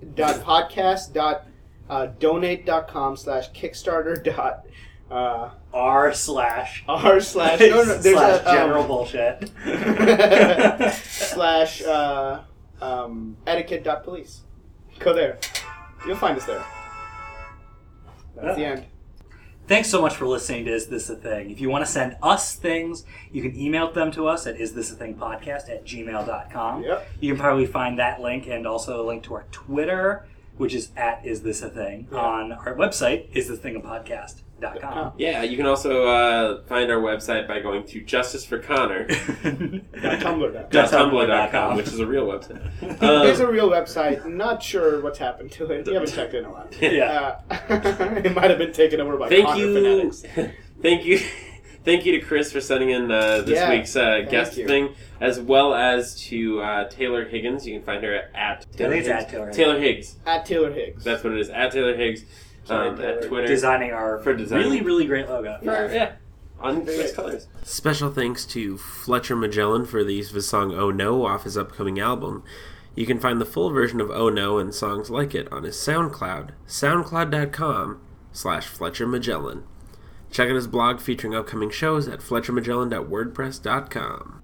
S2: thing dot podcast dot uh, donate dot com slash kickstarter dot uh,
S1: r slash
S2: r slash no, no, there's
S1: slash
S2: a, um,
S1: general bullshit.
S2: slash uh, um, etiquette dot police go there you'll find us there that's the end
S1: Thanks so much for listening to Is This a Thing. If you want to send us things, you can email them to us at isthisathingpodcast at gmail.com.
S2: Yep.
S1: You can probably find that link and also a link to our Twitter, which is at Is This a Thing,
S2: Yeah.
S1: on our website, isthisthingapodcast.com.
S4: Yeah, you can also uh, find our website by going to Justice for Connor.
S2: tumblr dot
S1: Dot tumblr dot com.
S4: tumblr.com, which is a real website.
S2: There's a
S4: Um,
S2: real website. Not sure what's happened to it. We haven't checked in a while.
S1: yeah.
S2: Uh, it might have been taken over by
S4: thank
S2: Connor
S4: you,
S2: fanatics.
S4: thank you, thank you to Chris for sending in uh, this
S2: Yeah,
S4: week's uh,
S2: thank
S4: guest
S2: you.
S4: thing, as well as to uh, Taylor Higgins. You can find her at
S1: I think it's at
S4: Higgs.
S1: Taylor Higgins.
S4: Taylor Higgs.
S2: At Taylor Higgs.
S4: That's what it is. At Taylor Higgs
S2: Sorry,
S4: um,
S2: Taylor.
S4: at Twitter.
S1: Designing our
S4: For designing.
S1: really, really great logo.
S4: For- yeah. On
S2: Great.
S4: various colors. Special thanks to Fletcher Magellan for the use of his song Oh No off his upcoming album. You can find the full version of Oh No and songs like it on his SoundCloud, soundcloud.com slash Fletcher Magellan. Check out his blog featuring upcoming shows at fletchermagellan.wordpress.com.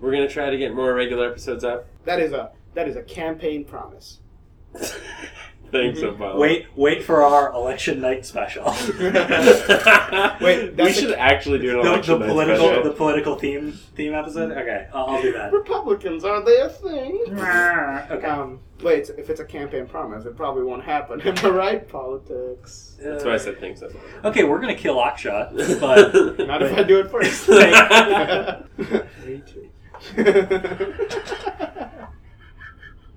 S4: We're going to try to get more regular episodes up.
S2: that is a that is a campaign promise.
S4: Thanks, Obama.
S1: Mm-hmm. Wait, wait for our election night special.
S2: Wait,
S4: we
S2: that's
S4: should
S2: a-
S4: actually do an
S1: the, the
S4: election night
S1: political
S4: special.
S1: the political theme theme episode. Okay, I'll, I'll do that.
S2: Republicans are they a thing?
S1: okay.
S2: Um, wait, it's- if it's a campaign promise, it probably won't happen. Am I right? Politics.
S4: That's why I said thanks, Obama.
S1: Okay, we're gonna kill Aksha, but
S2: Not if I do it first. Me too.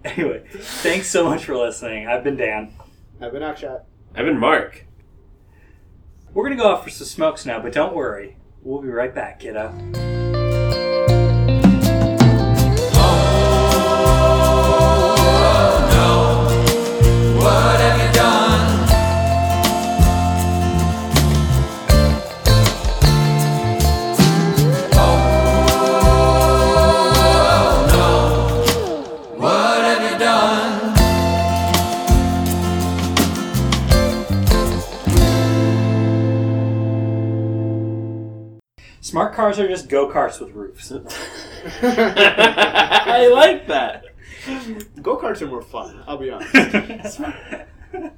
S1: anyway, thanks so much for listening. I've been Dan.
S2: I've been outshot.
S4: I've been Mark.
S1: We're gonna go out for some smokes now, but don't worry, we'll be right back, kiddo.
S3: What have you done? Oh, no. What have you done?
S1: Smart cars are just go karts with roofs.
S4: I like that.
S2: Go karts are more fun. I'll be honest.